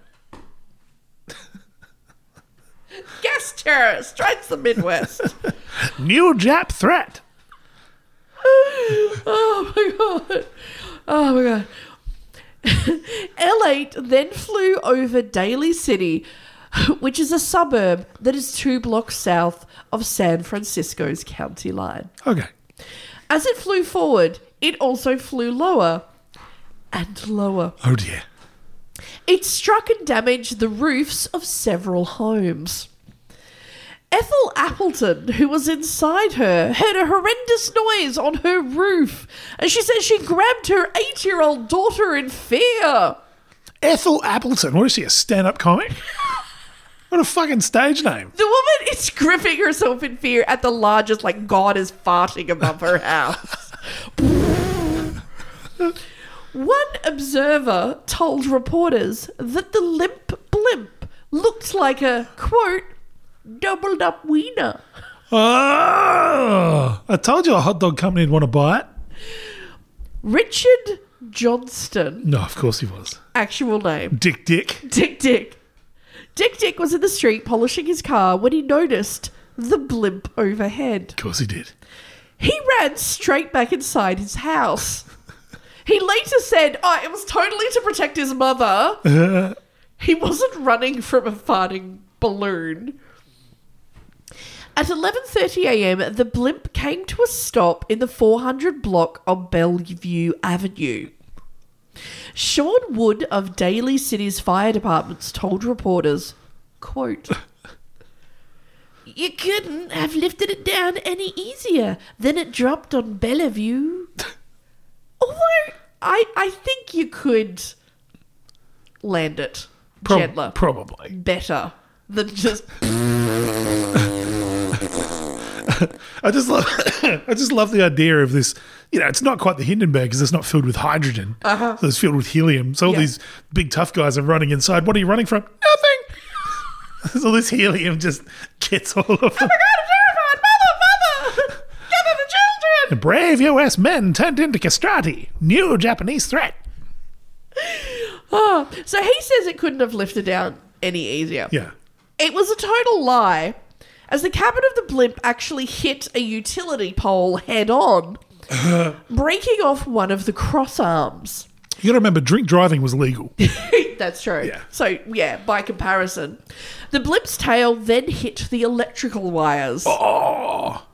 [SPEAKER 3] Gas terror strikes the Midwest.
[SPEAKER 2] New Jap threat.
[SPEAKER 3] Oh my god. Oh my god. L8 then flew over Daly City, which is a suburb that is two blocks south of San Francisco's county line.
[SPEAKER 2] Okay.
[SPEAKER 3] As it flew forward, it also flew lower and lower.
[SPEAKER 2] Oh dear.
[SPEAKER 3] It struck and damaged the roofs of several homes. Ethel Appleton, who was inside her, heard a horrendous noise on her roof, and she says she grabbed her eight year old daughter in fear.
[SPEAKER 2] Ethel Appleton. What is she, a stand up comic? what a fucking stage name.
[SPEAKER 3] The woman is gripping herself in fear at the largest, like God is farting above her house. One observer told reporters that the limp blimp looked like a quote doubled up wiener.
[SPEAKER 2] Oh, I told you a hot dog company would want to buy it.
[SPEAKER 3] Richard Johnston,
[SPEAKER 2] No, of course he was.
[SPEAKER 3] actual name,
[SPEAKER 2] Dick Dick.
[SPEAKER 3] Dick Dick. Dick Dick was in the street polishing his car when he noticed the blimp overhead.
[SPEAKER 2] Of course he did.
[SPEAKER 3] He ran straight back inside his house. He later said, oh, it was totally to protect his mother.
[SPEAKER 2] Uh,
[SPEAKER 3] he wasn't running from a farting balloon. At 11:30 a.m., the blimp came to a stop in the 400 block of Bellevue Avenue. Sean Wood of Daly City's fire departments told reporters, quote, You couldn't have lifted it down any easier. Then it dropped on Bellevue. Although I, I think you could land it
[SPEAKER 2] Prob-
[SPEAKER 3] gentler,
[SPEAKER 2] Probably.
[SPEAKER 3] better than just.
[SPEAKER 2] I just love. I just love the idea of this. You know, it's not quite the Hindenburg because it's not filled with hydrogen. Uh-huh. So it's filled with helium. So all
[SPEAKER 3] Yeah.
[SPEAKER 2] these big tough guys are running inside. What are you running from? Nothing. so this helium just gets all
[SPEAKER 3] Oh
[SPEAKER 2] of them.
[SPEAKER 3] mother, mother, gather the children.
[SPEAKER 2] The brave U.S. men turned into castrati. New Japanese threat.
[SPEAKER 3] Oh, so he says it couldn't have lifted down any easier.
[SPEAKER 2] Yeah.
[SPEAKER 3] It was a total lie, as the cabin of the blimp actually hit a utility pole head on, breaking off one of the cross arms.
[SPEAKER 2] You got to remember, drink driving was legal.
[SPEAKER 3] That's true.
[SPEAKER 2] Yeah.
[SPEAKER 3] So, yeah, by comparison. The blimp's tail then hit the electrical wires.
[SPEAKER 2] oh,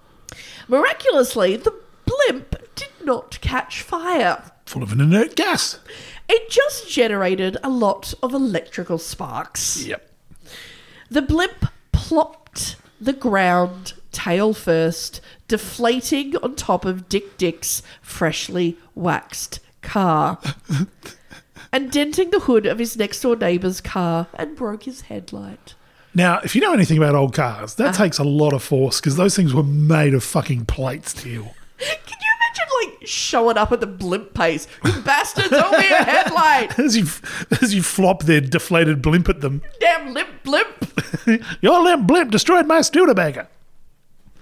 [SPEAKER 3] Miraculously, the blimp did not catch fire.
[SPEAKER 2] full of an inert gas.
[SPEAKER 3] It just generated a lot of electrical sparks.
[SPEAKER 2] Yep.
[SPEAKER 3] The blimp plopped the ground tail first, deflating on top of Dick Dick's freshly waxed car and denting the hood of his next door neighbour's car and broke his headlight.
[SPEAKER 2] Now, if you know anything about old cars, that takes a lot of force because those things were made of fucking plate steel.
[SPEAKER 3] Can you imagine, like, showing up at the blimp pace? You bastards, owe me a headlight!
[SPEAKER 2] As you as you flop their deflated blimp at them,
[SPEAKER 3] Damn limp blimp!
[SPEAKER 2] your limp blimp destroyed my Studebaker.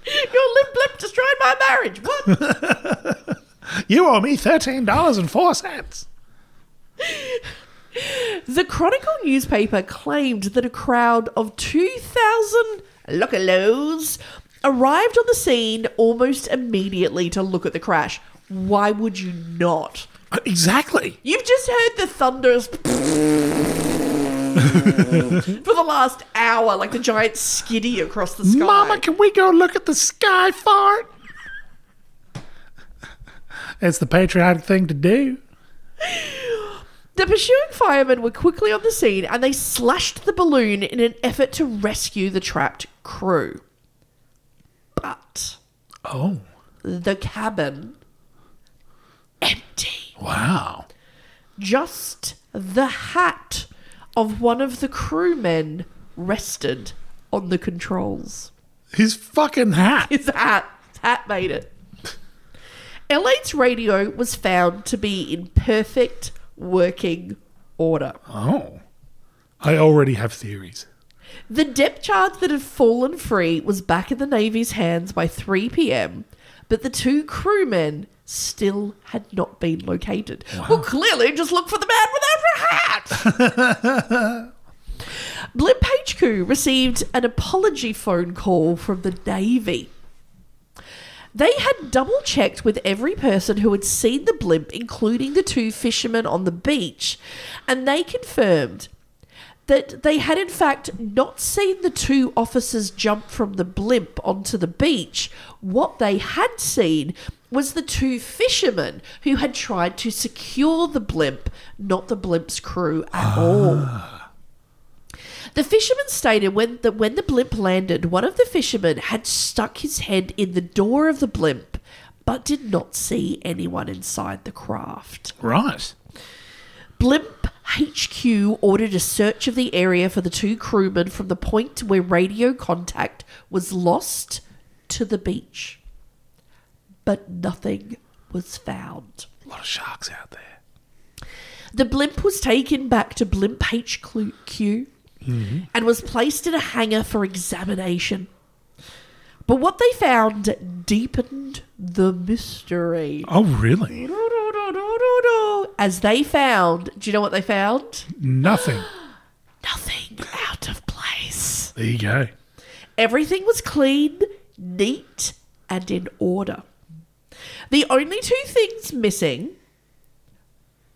[SPEAKER 3] Your limp blimp destroyed my marriage! What?
[SPEAKER 2] You owe me thirteen dollars and four cents.
[SPEAKER 3] The Chronicle newspaper claimed that a crowd of 2,000 lookalos arrived on the scene almost immediately to look at the crash. Why would you not?
[SPEAKER 2] Uh, Exactly.
[SPEAKER 3] You've just heard the thunders for the last hour, like the giant skiddy across the sky.
[SPEAKER 2] Mama, can we go look at the sky fart? It's the patriotic thing to do.
[SPEAKER 3] The pursuing firemen were quickly on the scene and they slashed the balloon in an effort to rescue the trapped crew. But
[SPEAKER 2] Oh,
[SPEAKER 3] the cabin empty.
[SPEAKER 2] wow.
[SPEAKER 3] Just the hat of one of the crewmen rested on the controls.
[SPEAKER 2] His fucking hat.
[SPEAKER 3] His hat, his hat made it. Elaine's radio was found to be in perfect working order.
[SPEAKER 2] Oh. I already have theories.
[SPEAKER 3] The depth charge that had fallen free was back in the Navy's hands by 3 pm, but the two crewmen still had not been located. Well, clearly, just look for the man without a hat! Blimp HQ received an apology phone call from the Navy. They had double checked with every person who had seen the blimp, including the two fishermen on the beach, and they confirmed that they had, in fact, not seen the two officers jump from the blimp onto the beach. What they had seen was the two fishermen who had tried to secure the blimp, not the blimp's crew at all. The fisherman stated when that when the blimp landed, one of the fishermen had stuck his head in the door of the blimp, but did not see anyone inside the craft.
[SPEAKER 2] Right.
[SPEAKER 3] Blimp HQ ordered a search of the area for the two crewmen from the point where radio contact was lost to the beach. But nothing was found.
[SPEAKER 2] A lot of sharks out there.
[SPEAKER 3] The blimp was taken back to Blimp HQ and was placed in a hangar for examination. But what they found deepened the mystery.
[SPEAKER 2] Oh, really?
[SPEAKER 3] As they found, do you know what they found?
[SPEAKER 2] Nothing.
[SPEAKER 3] Nothing out of place.
[SPEAKER 2] There you go.
[SPEAKER 3] Everything was clean, neat, and in order. The only two things missing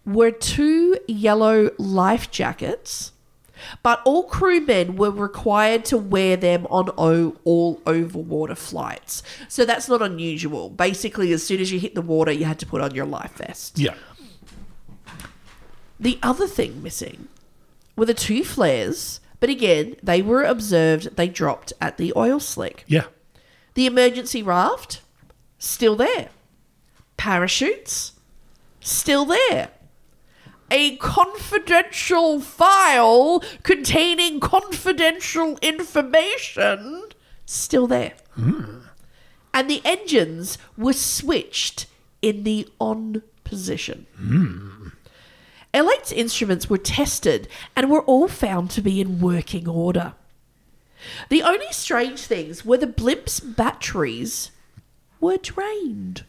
[SPEAKER 3] were two yellow life jackets, but all crewmen were required to wear them on o- all over water flights. So that's not unusual. Basically, as soon as you hit the water, you had to put on your life vest.
[SPEAKER 2] Yeah.
[SPEAKER 3] The other thing missing were the two flares But again, they were observed, they dropped at the oil slick.
[SPEAKER 2] Yeah.
[SPEAKER 3] The emergency raft, still there. Parachutes, still there. A confidential file containing confidential information, still there. And the engines were switched in the on position. Elect's instruments were tested and were all found to be in working order. The only strange things were the blimp's batteries were drained,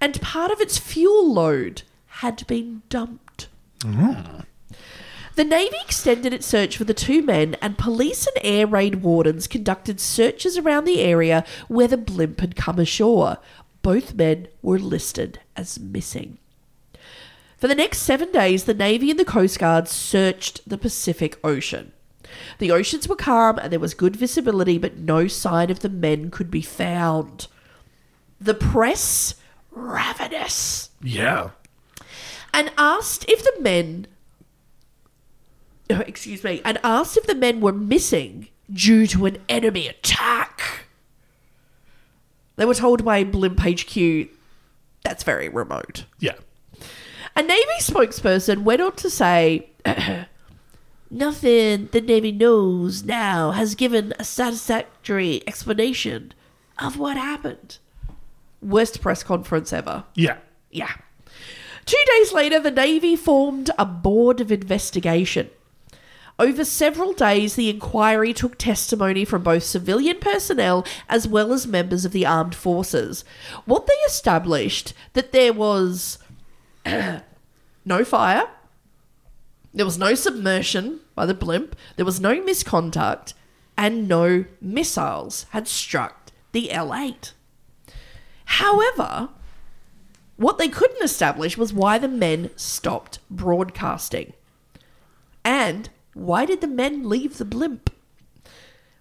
[SPEAKER 3] and part of its fuel load had been dumped. The Navy extended its search for the two men, and police and air raid wardens conducted searches around the area where the blimp had come ashore. Both men were listed as missing. For the next seven days, the Navy and the Coast Guard searched the Pacific Ocean. The oceans were calm and there was good visibility, but no sign of the men could be found. The press, ravenous,
[SPEAKER 2] Yeah.
[SPEAKER 3] and asked if the men. Oh, Excuse me, and asked if the men were missing due to an enemy attack. They were told by Blimp HQ that's very remote.
[SPEAKER 2] Yeah.
[SPEAKER 3] A Navy spokesperson went on to say, Nothing the Navy knows now has given a satisfactory explanation of what happened. Worst press conference ever.
[SPEAKER 2] Yeah.
[SPEAKER 3] Yeah. Two days later, the Navy formed a board of investigation. Over several days, the inquiry took testimony from both civilian personnel as well as members of the armed forces. What they established that there was no fire, there was no submersion by the blimp, there was no misconduct, and no missiles had struck the L8. However, what they couldn't establish was why the men stopped broadcasting. And why did the men leave the blimp?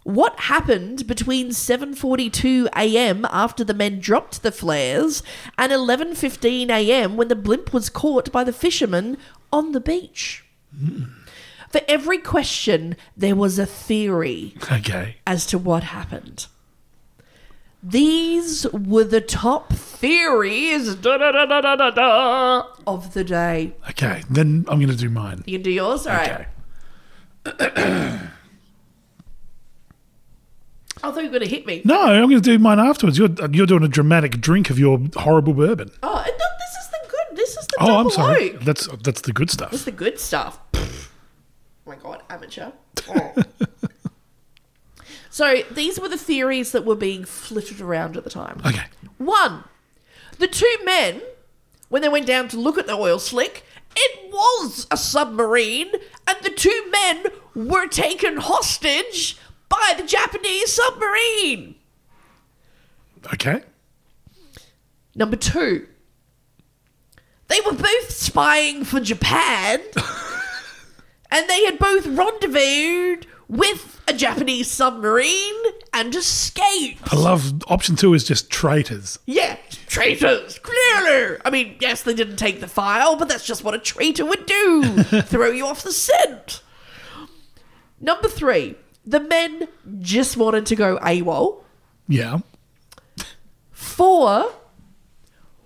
[SPEAKER 3] What happened between 7:42 a.m. after the men dropped the flares and 11:15 a.m. when the blimp was caught by the fishermen on the beach? For every question, there was a theory
[SPEAKER 2] Okay.
[SPEAKER 3] as to what happened. These were the top theories da, da, da, da, da, da, da, of the day.
[SPEAKER 2] Okay. Then I'm going to do mine.
[SPEAKER 3] You can do yours, all right?
[SPEAKER 2] Okay.
[SPEAKER 3] I thought you were going to hit me.
[SPEAKER 2] No, I'm going to do mine afterwards. You're you're doing a dramatic drink of your horrible bourbon.
[SPEAKER 3] Oh, and no, this is the good. This is the
[SPEAKER 2] Oh,
[SPEAKER 3] double
[SPEAKER 2] I'm sorry.
[SPEAKER 3] oak.
[SPEAKER 2] That's that's the good
[SPEAKER 3] This is
[SPEAKER 2] stuff.
[SPEAKER 3] the good stuff. oh my god, amateur. Oh. so these were the theories that were being flitted around at the time.
[SPEAKER 2] Okay.
[SPEAKER 3] One, the two men, when they went down to look at the oil slick, it was a submarine, and the two men were taken hostage by the Japanese submarine.
[SPEAKER 2] Okay.
[SPEAKER 3] Number two, they were both spying for Japan, and they had both rendezvoused with a Japanese submarine and escaped.
[SPEAKER 2] I love option two is just traitors.
[SPEAKER 3] Yeah, traitors, clearly. I mean, yes, they didn't take the file, but that's just what a traitor would do throw you off the scent. Number three, the men just wanted to go AWOL.
[SPEAKER 2] Yeah.
[SPEAKER 3] Four,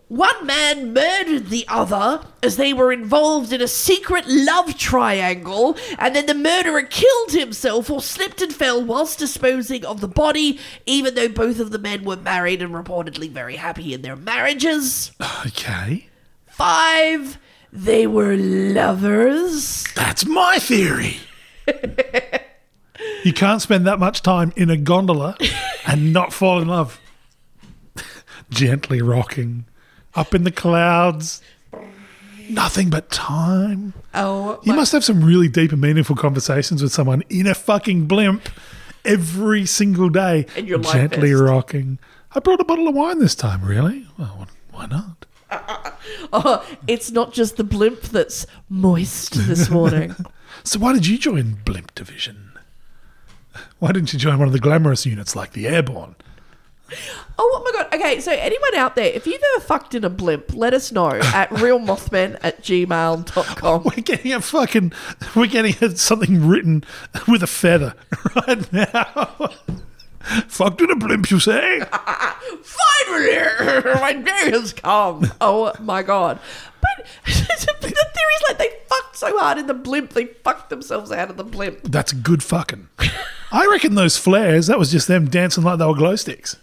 [SPEAKER 3] one man murdered the other as they were involved in a secret love triangle, and then the murderer killed himself or slipped and fell whilst disposing of the body, even though both of the men were married and reportedly very happy in their marriages.
[SPEAKER 2] Okay.
[SPEAKER 3] Five, they were lovers.
[SPEAKER 2] That's my theory. you can't spend that much time in a gondola and not fall in love. Gently rocking up in the clouds. Nothing but time.
[SPEAKER 3] Oh,
[SPEAKER 2] You must have some really deep and meaningful conversations with someone in a fucking blimp every single day.
[SPEAKER 3] And you're like
[SPEAKER 2] gently
[SPEAKER 3] this.
[SPEAKER 2] rocking. I brought a bottle of wine this time, really? Well, wh- why not?
[SPEAKER 3] it's not just the blimp that's moist this morning. Oh,
[SPEAKER 2] So why did you join Blimp Division? Why didn't you join one of the glamorous units like the Airborne?
[SPEAKER 3] Oh my god. Okay, so anyone out there, if you've ever fucked in a blimp, let us know at realmothman at gmail.com.
[SPEAKER 2] We're getting a fucking, we're getting a, something written with a feather right now. Fucked in a blimp, you say?
[SPEAKER 3] Finally, my day has come. Oh my god. But the theory is like they fucked so hard in the blimp, they fucked themselves out of the blimp.
[SPEAKER 2] That's good fucking. I reckon those flares, that was just them dancing like they were glow sticks.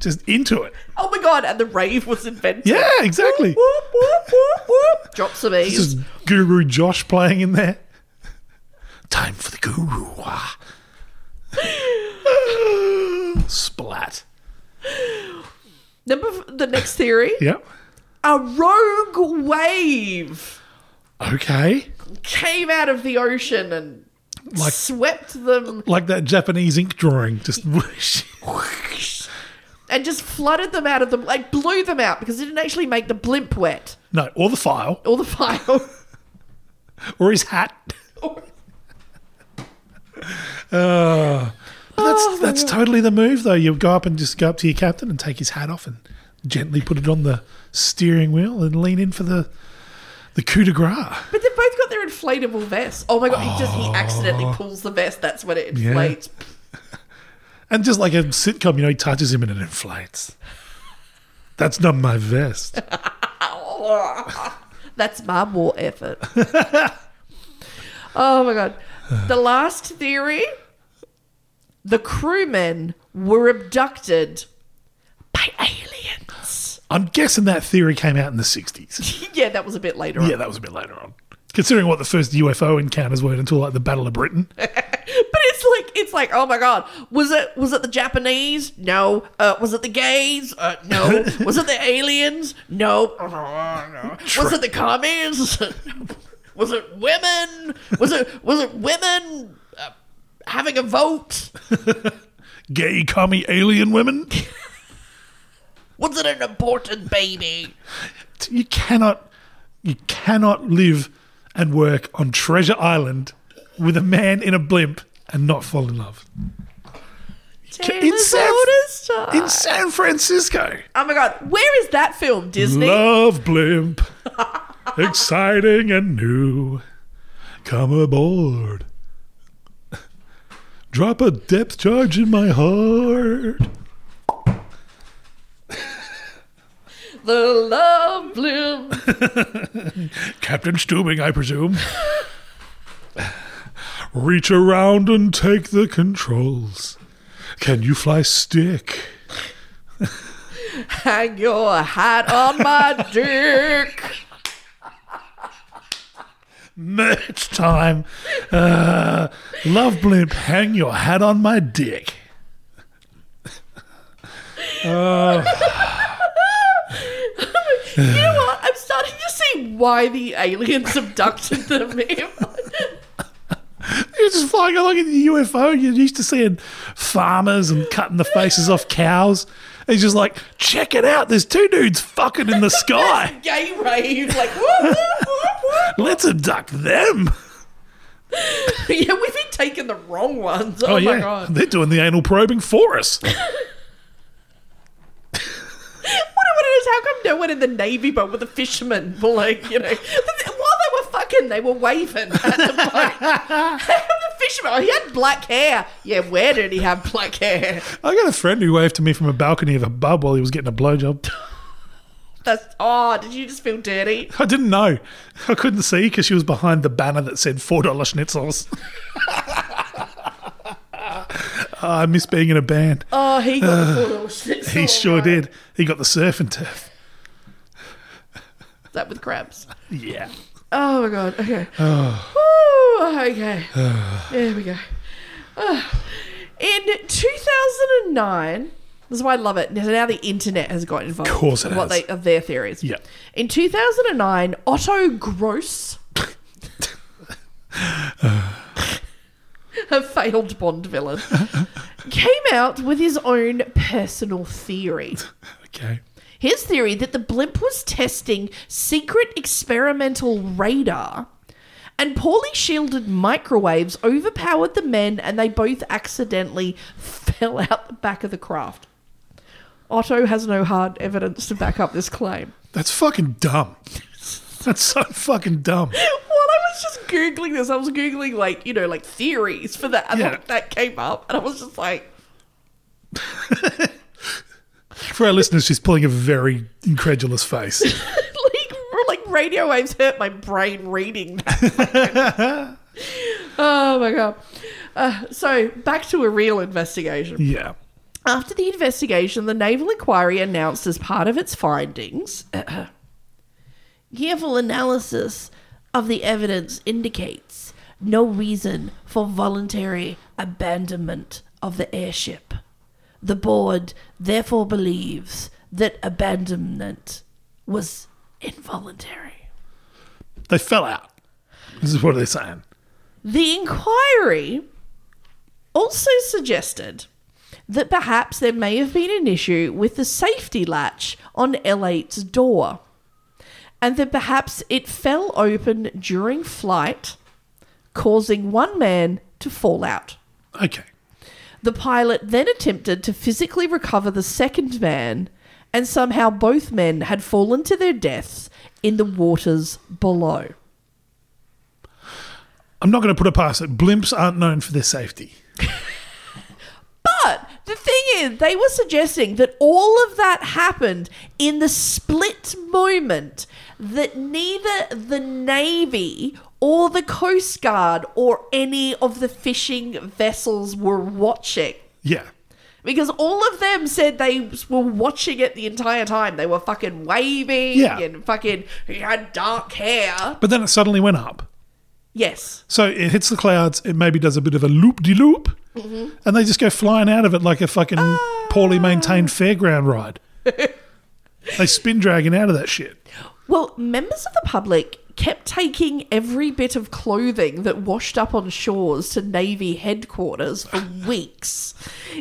[SPEAKER 2] Just into it.
[SPEAKER 3] Oh my god, and the rave was invented.
[SPEAKER 2] Yeah, exactly.
[SPEAKER 3] Whoop, whoop, whoop, whoop. Drop some
[SPEAKER 2] This
[SPEAKER 3] ease.
[SPEAKER 2] is Guru Josh playing in there. Time for the guru. Ah. Splat.
[SPEAKER 3] Number f- the next theory
[SPEAKER 2] Yep.
[SPEAKER 3] a rogue wave
[SPEAKER 2] Okay.
[SPEAKER 3] came out of the ocean and
[SPEAKER 2] Like-
[SPEAKER 3] swept them
[SPEAKER 2] Like that Japanese ink drawing. Just whoosh.
[SPEAKER 3] and just flooded them out of them, like blew them out because it didn't actually make the blimp wet
[SPEAKER 2] No, or the file,
[SPEAKER 3] or the file.
[SPEAKER 2] or his hat. Uh, but that's that's totally the move, though. You go up and just go up to your captain and take his hat off and gently put it on the steering wheel and lean in for the the coup de grace.
[SPEAKER 3] But they've both got their inflatable vests. Oh my god, he just he accidentally pulls the vest, that's when it
[SPEAKER 2] Yeah.
[SPEAKER 3] inflates.
[SPEAKER 2] And just like a sitcom, you know, he touches him and it inflates. That's not my vest.
[SPEAKER 3] That's my war effort. oh my god. The last theory the crewmen were abducted by aliens.
[SPEAKER 2] I'm guessing that theory came out in the 60s.
[SPEAKER 3] yeah, that was a bit later
[SPEAKER 2] Yeah,
[SPEAKER 3] on.
[SPEAKER 2] that was a bit later on. Considering what the first UFO encounters were until like the Battle of Britain.
[SPEAKER 3] But it's like it's like, oh my god. Was it was it the Japanese? No. Uh, was it the gays? Uh, no. was it the aliens? No. Uh,
[SPEAKER 2] Oh,
[SPEAKER 3] no. Was it the commies? was it women? Was it was it women uh, having a vote?
[SPEAKER 2] Gay commie alien women.
[SPEAKER 3] Was it an aborted baby?
[SPEAKER 2] You cannot you cannot live and work on Treasure Island with a man in a blimp and not fall in love. In San, in San Francisco.
[SPEAKER 3] oh my god, where is that film, Disney?
[SPEAKER 2] Love blimp. Exciting and new. Come aboard. Drop a depth charge in my heart.
[SPEAKER 3] The Love Bloom.
[SPEAKER 2] Captain Stubing, I presume. Reach around and take the controls. Can you fly stick?
[SPEAKER 3] Hang your hat on my dick.
[SPEAKER 2] Merch time. Uh, love blimp, hang your hat on my dick.
[SPEAKER 3] You know what? I'm starting to see why the aliens abducted them.
[SPEAKER 2] You're just flying along in the UFO. You're used to seeing farmers and cutting the faces off cows. And he's just like, check it out. There's two dudes fucking in the sky.
[SPEAKER 3] Gay rave, like, whoop, whoop, whoop, whoop.
[SPEAKER 2] Let's abduct them.
[SPEAKER 3] yeah, we've been taking the wrong ones. Oh,
[SPEAKER 2] Oh,
[SPEAKER 3] my
[SPEAKER 2] yeah.
[SPEAKER 3] god.
[SPEAKER 2] They're doing the anal probing for us.
[SPEAKER 3] What I wonder is how come no one in the Navy but with the fishermen were like, you know, while they were fucking, they were waving at the boat. How come the fisherman, oh, he had black hair. Yeah, where did he have black hair?
[SPEAKER 2] I got a friend who waved to me from a balcony of a pub while he was getting a blowjob.
[SPEAKER 3] That's, oh, did you just feel dirty?
[SPEAKER 2] I didn't know. I couldn't see because she was behind the banner that said $4 schnitzels. I miss being in a band.
[SPEAKER 3] Oh, he got the full little shit.
[SPEAKER 2] he
[SPEAKER 3] sore,
[SPEAKER 2] sure
[SPEAKER 3] right?
[SPEAKER 2] did. He got the surf and turf.
[SPEAKER 3] That with crabs.
[SPEAKER 2] Yeah.
[SPEAKER 3] Oh my god. Okay. Woo, okay. there we go. Ah. In 2009, this is why I love it. Now now the internet has got involved. Of
[SPEAKER 2] course it
[SPEAKER 3] what
[SPEAKER 2] has.
[SPEAKER 3] They, of their theories.
[SPEAKER 2] Yeah.
[SPEAKER 3] In 2009, Otto Gross, a failed Bond villain, came out with his own personal theory.
[SPEAKER 2] Okay.
[SPEAKER 3] His theory that the blimp was testing secret experimental radar and poorly shielded microwaves overpowered the men and they both accidentally fell out the back of the craft. Otto has no hard evidence to back up this claim.
[SPEAKER 2] That's fucking dumb. That's so fucking dumb.
[SPEAKER 3] Well, I was just googling this. I was googling like you know like theories for that, and
[SPEAKER 2] Yeah.
[SPEAKER 3] that came up, and I was just like,
[SPEAKER 2] For our listeners, she's pulling a very incredulous face.
[SPEAKER 3] like, like radio waves hurt my brain reading. That oh my god! Uh, so back to a real investigation.
[SPEAKER 2] Yeah.
[SPEAKER 3] After the investigation, the Naval Inquiry announced as part of its findings careful analysis of the evidence indicates no reason for voluntary abandonment of the airship. The board therefore believes that abandonment was involuntary.
[SPEAKER 2] They fell out. This is what they're saying.
[SPEAKER 3] The inquiry also suggested that perhaps there may have been an issue with the safety latch on L8's door, and that perhaps it fell open during flight, causing one man to fall out.
[SPEAKER 2] Okay.
[SPEAKER 3] The pilot then attempted to physically recover the second man, and somehow both men had fallen to their deaths in the waters below.
[SPEAKER 2] I'm not going to put it past it. Blimps aren't known for their safety.
[SPEAKER 3] But the thing is, they were suggesting that all of that happened in the split moment that neither the Navy or the Coast Guard or any of the fishing vessels were watching.
[SPEAKER 2] Yeah.
[SPEAKER 3] Because all of them said they were watching it the entire time. They were fucking waving
[SPEAKER 2] Yeah.
[SPEAKER 3] and fucking he had dark hair.
[SPEAKER 2] But then it suddenly went up.
[SPEAKER 3] Yes.
[SPEAKER 2] So it hits the clouds. It maybe does a bit of a loop de loop. And they just go flying out of it like a fucking poorly maintained fairground ride. they spin dragging out of that shit.
[SPEAKER 3] Well, members of the public kept taking every bit of clothing that washed up on shores to Navy headquarters for weeks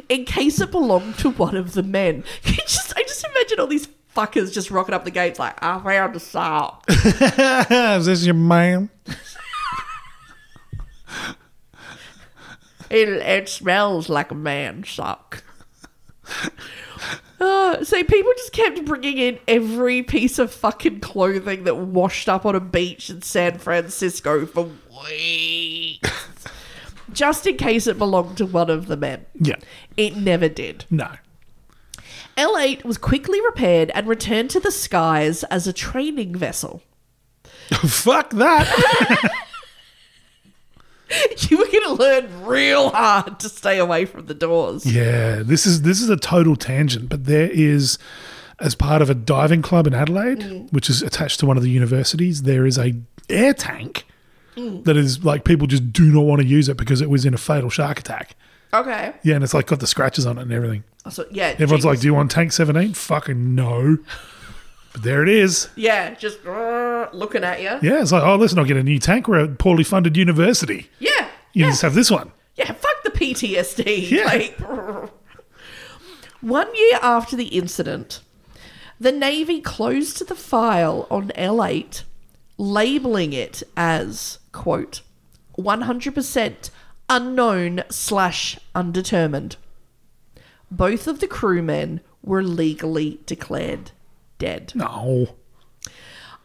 [SPEAKER 3] in case it belonged to one of the men. You just, I just imagine all these fuckers just rocking up the gates like, "Ah, I found a sock.
[SPEAKER 2] Is this your man?
[SPEAKER 3] It, it smells like a man sock. Uh, so people just kept bringing in every piece of fucking clothing that washed up on a beach in San Francisco for weeks, just in case it belonged to one of the men.
[SPEAKER 2] Yeah.
[SPEAKER 3] It never did.
[SPEAKER 2] No.
[SPEAKER 3] L8 was quickly repaired and returned to the skies as a training vessel.
[SPEAKER 2] Fuck that.
[SPEAKER 3] You were going to learn real hard to stay away from the doors.
[SPEAKER 2] yeah. This is this is a total tangent, but there is as part of a diving club in Adelaide, which is attached to one of the universities, there is a air tank that is like people just do not want to use it because it was in a fatal shark attack.
[SPEAKER 3] Okay.
[SPEAKER 2] Yeah, and it's like got the scratches on it and everything.
[SPEAKER 3] So, yeah.
[SPEAKER 2] Everyone's
[SPEAKER 3] Jesus.
[SPEAKER 2] like, "Do you want tank 17?" Fucking no. But there it is.
[SPEAKER 3] Yeah, just grrr, looking at you.
[SPEAKER 2] Yeah, it's like, oh, listen, I'll get a new tank. We're a poorly funded university.
[SPEAKER 3] Yeah.
[SPEAKER 2] You
[SPEAKER 3] Yeah.
[SPEAKER 2] just have this one.
[SPEAKER 3] yeah, fuck the PTSD.
[SPEAKER 2] Yeah.
[SPEAKER 3] Like, grrr. One year after the incident, the Navy closed the file on L8, labeling it as, quote, 100% unknown slash undetermined. Both of the crewmen were legally declared dead.
[SPEAKER 2] No.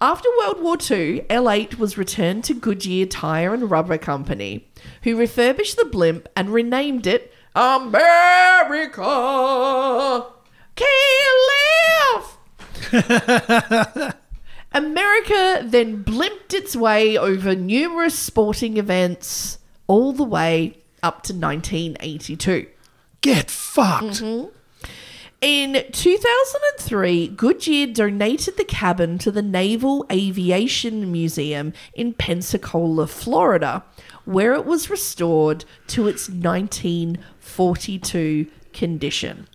[SPEAKER 3] After World War II, L8 was returned to Goodyear Tire and Rubber Company, who refurbished the blimp and renamed it America. Can't live! America then blimped its way over numerous sporting events all the way up to 1982.
[SPEAKER 2] Get fucked.
[SPEAKER 3] In 2003, Goodyear donated the cabin to the Naval Aviation Museum in Pensacola, Florida, where it was restored to its 1942 condition.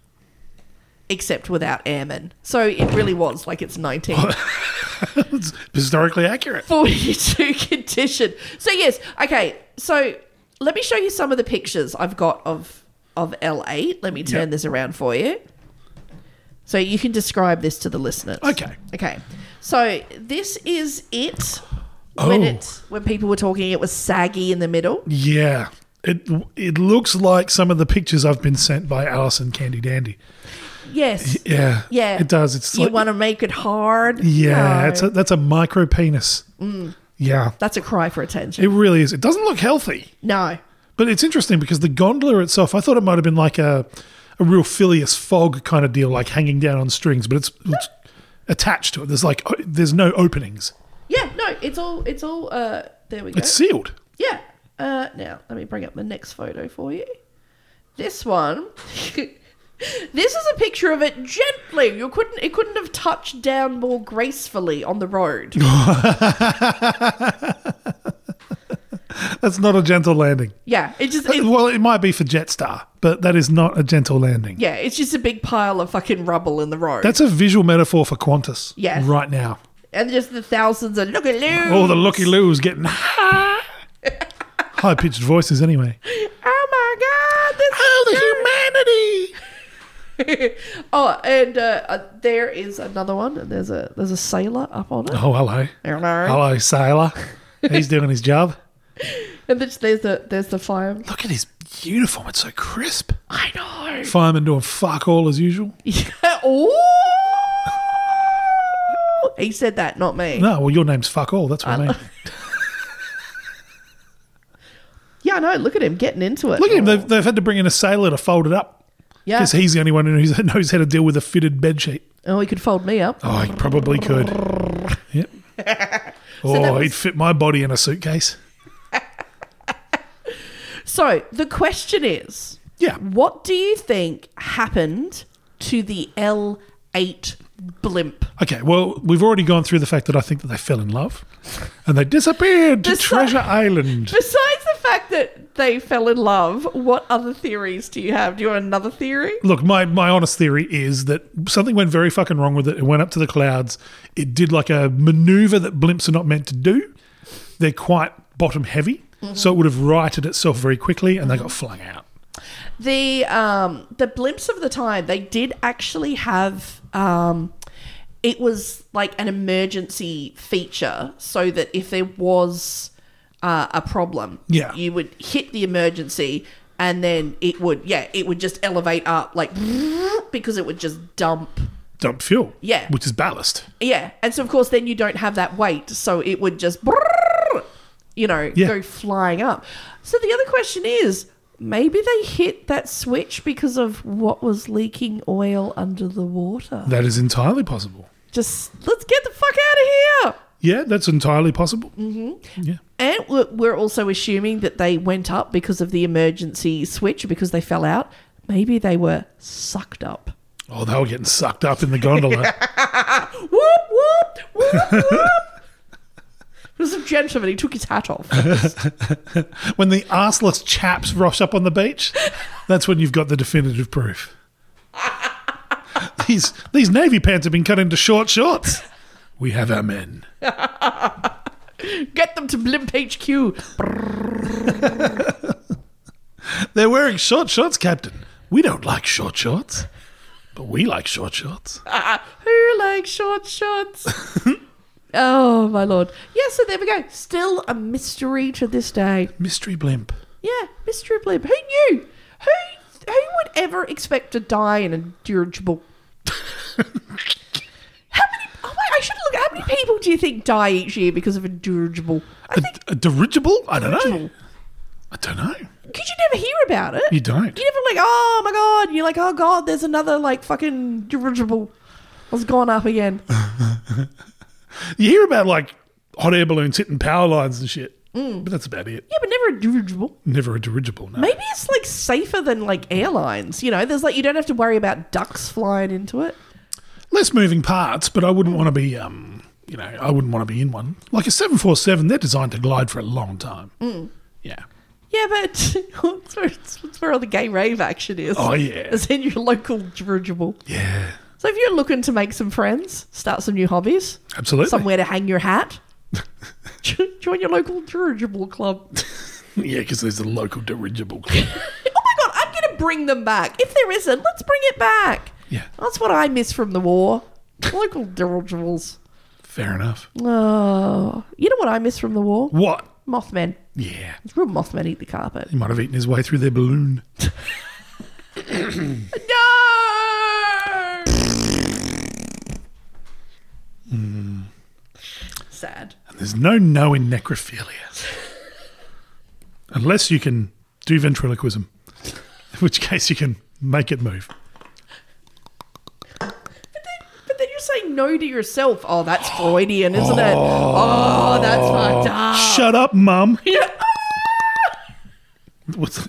[SPEAKER 3] Except without airmen. So it really was like it's 1942
[SPEAKER 2] It's historically accurate.
[SPEAKER 3] condition. So, yes, okay. So let me show you some of the pictures I've got of, of L8. Let me turn
[SPEAKER 2] Yep.
[SPEAKER 3] this around for you. So you can describe this to the listeners.
[SPEAKER 2] Okay.
[SPEAKER 3] Okay. So this is it.
[SPEAKER 2] Oh.
[SPEAKER 3] When it when people were talking, it was saggy in the middle.
[SPEAKER 2] Yeah. It it looks like some of the pictures I've been sent by Alison Candy Dandy.
[SPEAKER 3] Yes.
[SPEAKER 2] Yeah.
[SPEAKER 3] Yeah.
[SPEAKER 2] It does. It's
[SPEAKER 3] you
[SPEAKER 2] like,
[SPEAKER 3] want to make it hard?
[SPEAKER 2] yeah,
[SPEAKER 3] No.
[SPEAKER 2] that's a, that's a micro penis.
[SPEAKER 3] Mm.
[SPEAKER 2] Yeah.
[SPEAKER 3] That's a cry for attention.
[SPEAKER 2] It really is. It doesn't look healthy,
[SPEAKER 3] no.
[SPEAKER 2] but it's interesting because the gondola itself, I thought it might have been like a, a real Phileas Fogg kind of deal, like hanging down on strings, but it's, it's attached to it. There's like, o- there's no openings.
[SPEAKER 3] Yeah, no, it's all it's all uh there we go.
[SPEAKER 2] It's sealed.
[SPEAKER 3] yeah. Uh now let me bring up the next photo for you. This one This is a picture of it gently. You couldn't it couldn't have touched down more gracefully on the road.
[SPEAKER 2] That's not a gentle landing.
[SPEAKER 3] yeah, it just it,
[SPEAKER 2] well, it might be for Jetstar, but that is not a gentle landing.
[SPEAKER 3] yeah, it's just a big pile of fucking rubble in the road.
[SPEAKER 2] That's a visual metaphor for Qantas.
[SPEAKER 3] Yes.
[SPEAKER 2] Right now.
[SPEAKER 3] and just the thousands of look at Lou.
[SPEAKER 2] All Oh, the looky loos getting high pitched voices, anyway.
[SPEAKER 3] Oh my god, this
[SPEAKER 2] Oh, the humanity!
[SPEAKER 3] Oh, and uh, uh, there is another one, and there's a there's a sailor up on it.
[SPEAKER 2] Oh, hello.
[SPEAKER 3] Hello.
[SPEAKER 2] Hello, sailor. He's doing his job.
[SPEAKER 3] And there's, there's the there's the fire.
[SPEAKER 2] Look at his uniform. It's so crisp.
[SPEAKER 3] I know.
[SPEAKER 2] Fireman doing fuck all as usual.
[SPEAKER 3] oh, he said that, not me.
[SPEAKER 2] No, well, your name's fuck all. That's what I mean.
[SPEAKER 3] Yeah, I know. Look at him getting into it.
[SPEAKER 2] Look at him. They've, they've had to bring in a sailor to fold it up
[SPEAKER 3] yeah.
[SPEAKER 2] because he's the only one who knows- knows how to deal with a fitted bedsheet.
[SPEAKER 3] oh, he could fold me up.
[SPEAKER 2] Oh, he probably could. Yep.
[SPEAKER 3] that
[SPEAKER 2] oh,
[SPEAKER 3] was-
[SPEAKER 2] he'd fit my body in a suitcase.
[SPEAKER 3] So the question is,
[SPEAKER 2] Yeah.
[SPEAKER 3] what do you think happened to the L eight blimp?
[SPEAKER 2] Okay, well, we've already gone through the fact that I think that they fell in love and they disappeared to
[SPEAKER 3] Besi-
[SPEAKER 2] Treasure Island.
[SPEAKER 3] Besides the fact that they fell in love, what other theories do you have? Do you want another theory?
[SPEAKER 2] Look, my, my honest theory is that something went very fucking wrong with it. It went up to the clouds. It did like a maneuver that blimps are not meant to do. They're quite bottom heavy, so it would have righted itself very quickly and they got flung out.
[SPEAKER 3] the um the blimps of the time they did actually have um it was like an emergency feature so that if there was uh, a problem
[SPEAKER 2] Yeah.
[SPEAKER 3] you would hit the emergency and then it would yeah it would just elevate up like because it would just dump
[SPEAKER 2] Dump fuel.
[SPEAKER 3] Yeah.
[SPEAKER 2] Which is ballast.
[SPEAKER 3] yeah and so of course then you don't have that weight so it would just you know
[SPEAKER 2] Yeah.
[SPEAKER 3] go flying up so the other question is maybe they hit that switch because of what was leaking oil under the water
[SPEAKER 2] That is entirely possible.
[SPEAKER 3] just let's get the fuck out of here
[SPEAKER 2] Yeah, that's entirely possible. Mm-hmm. Yeah.
[SPEAKER 3] and we're- we're also assuming that they went up because of the emergency switch because they fell out maybe they were sucked up
[SPEAKER 2] Oh, they were getting sucked up in the gondola.
[SPEAKER 3] whoop whoop whoop whoop There was a gentleman. He took his hat off.
[SPEAKER 2] when the arseless chaps rush up on the beach, that's when you've got the definitive proof. these these navy pants have been cut into short shorts. We have our men.
[SPEAKER 3] Get them to Blimp HQ.
[SPEAKER 2] They're wearing short shorts, Captain. We don't like short shorts, but we like short shorts.
[SPEAKER 3] Who likes short shots? oh my lord. Yeah, so there we go. Still a mystery to this day.
[SPEAKER 2] Mystery blimp.
[SPEAKER 3] Yeah, mystery blimp. Who knew? Who who would ever expect to die in a dirigible? how many oh wait, I should look how many people do you think die each year because of a dirigible? I
[SPEAKER 2] A,
[SPEAKER 3] think
[SPEAKER 2] a dirigible? I don't know.
[SPEAKER 3] dirigible.
[SPEAKER 2] I don't know.
[SPEAKER 3] Could you never hear about it?
[SPEAKER 2] You don't.
[SPEAKER 3] You never like, oh my god, you're like, oh god, there's another like fucking dirigible. It's gone up again.
[SPEAKER 2] You hear about like hot air balloons hitting power lines and shit,
[SPEAKER 3] Mm.
[SPEAKER 2] but that's about it.
[SPEAKER 3] Yeah, but never a dirigible.
[SPEAKER 2] Never a dirigible. No.
[SPEAKER 3] Maybe it's like safer than like airlines. You know, there's like you don't have to worry about ducks flying into it.
[SPEAKER 2] less moving parts, but I wouldn't want to be, um, you know, I wouldn't want to be in one. Like a 747, they're designed to glide for a long time. Yeah.
[SPEAKER 3] Yeah, but it's where, it's, it's where all the gay rave action is.
[SPEAKER 2] Oh, yeah.
[SPEAKER 3] It's in your local dirigible.
[SPEAKER 2] Yeah.
[SPEAKER 3] So if you're looking to make some friends, start some new hobbies,
[SPEAKER 2] Absolutely.
[SPEAKER 3] somewhere to hang your hat, jo- join your local dirigible club.
[SPEAKER 2] Yeah, because there's a local dirigible club.
[SPEAKER 3] Oh my god, I'm gonna bring them back. If there isn't, let's bring it back.
[SPEAKER 2] Yeah.
[SPEAKER 3] That's what I miss from the war. Local dirigibles.
[SPEAKER 2] Fair enough.
[SPEAKER 3] Mm. Oh, you know what I miss from the war?
[SPEAKER 2] What?
[SPEAKER 3] Mothman.
[SPEAKER 2] Yeah.
[SPEAKER 3] Real Mothman eat the carpet.
[SPEAKER 2] He might have eaten his way through their balloon.
[SPEAKER 3] No! Hmm. Sad.
[SPEAKER 2] There's no no in necrophilia. Unless you can do ventriloquism, in which case you can make it move.
[SPEAKER 3] But then you're saying no to yourself. Oh, that's Freudian, isn't it? Oh, that's fucked up.
[SPEAKER 2] Shut up, mum. What's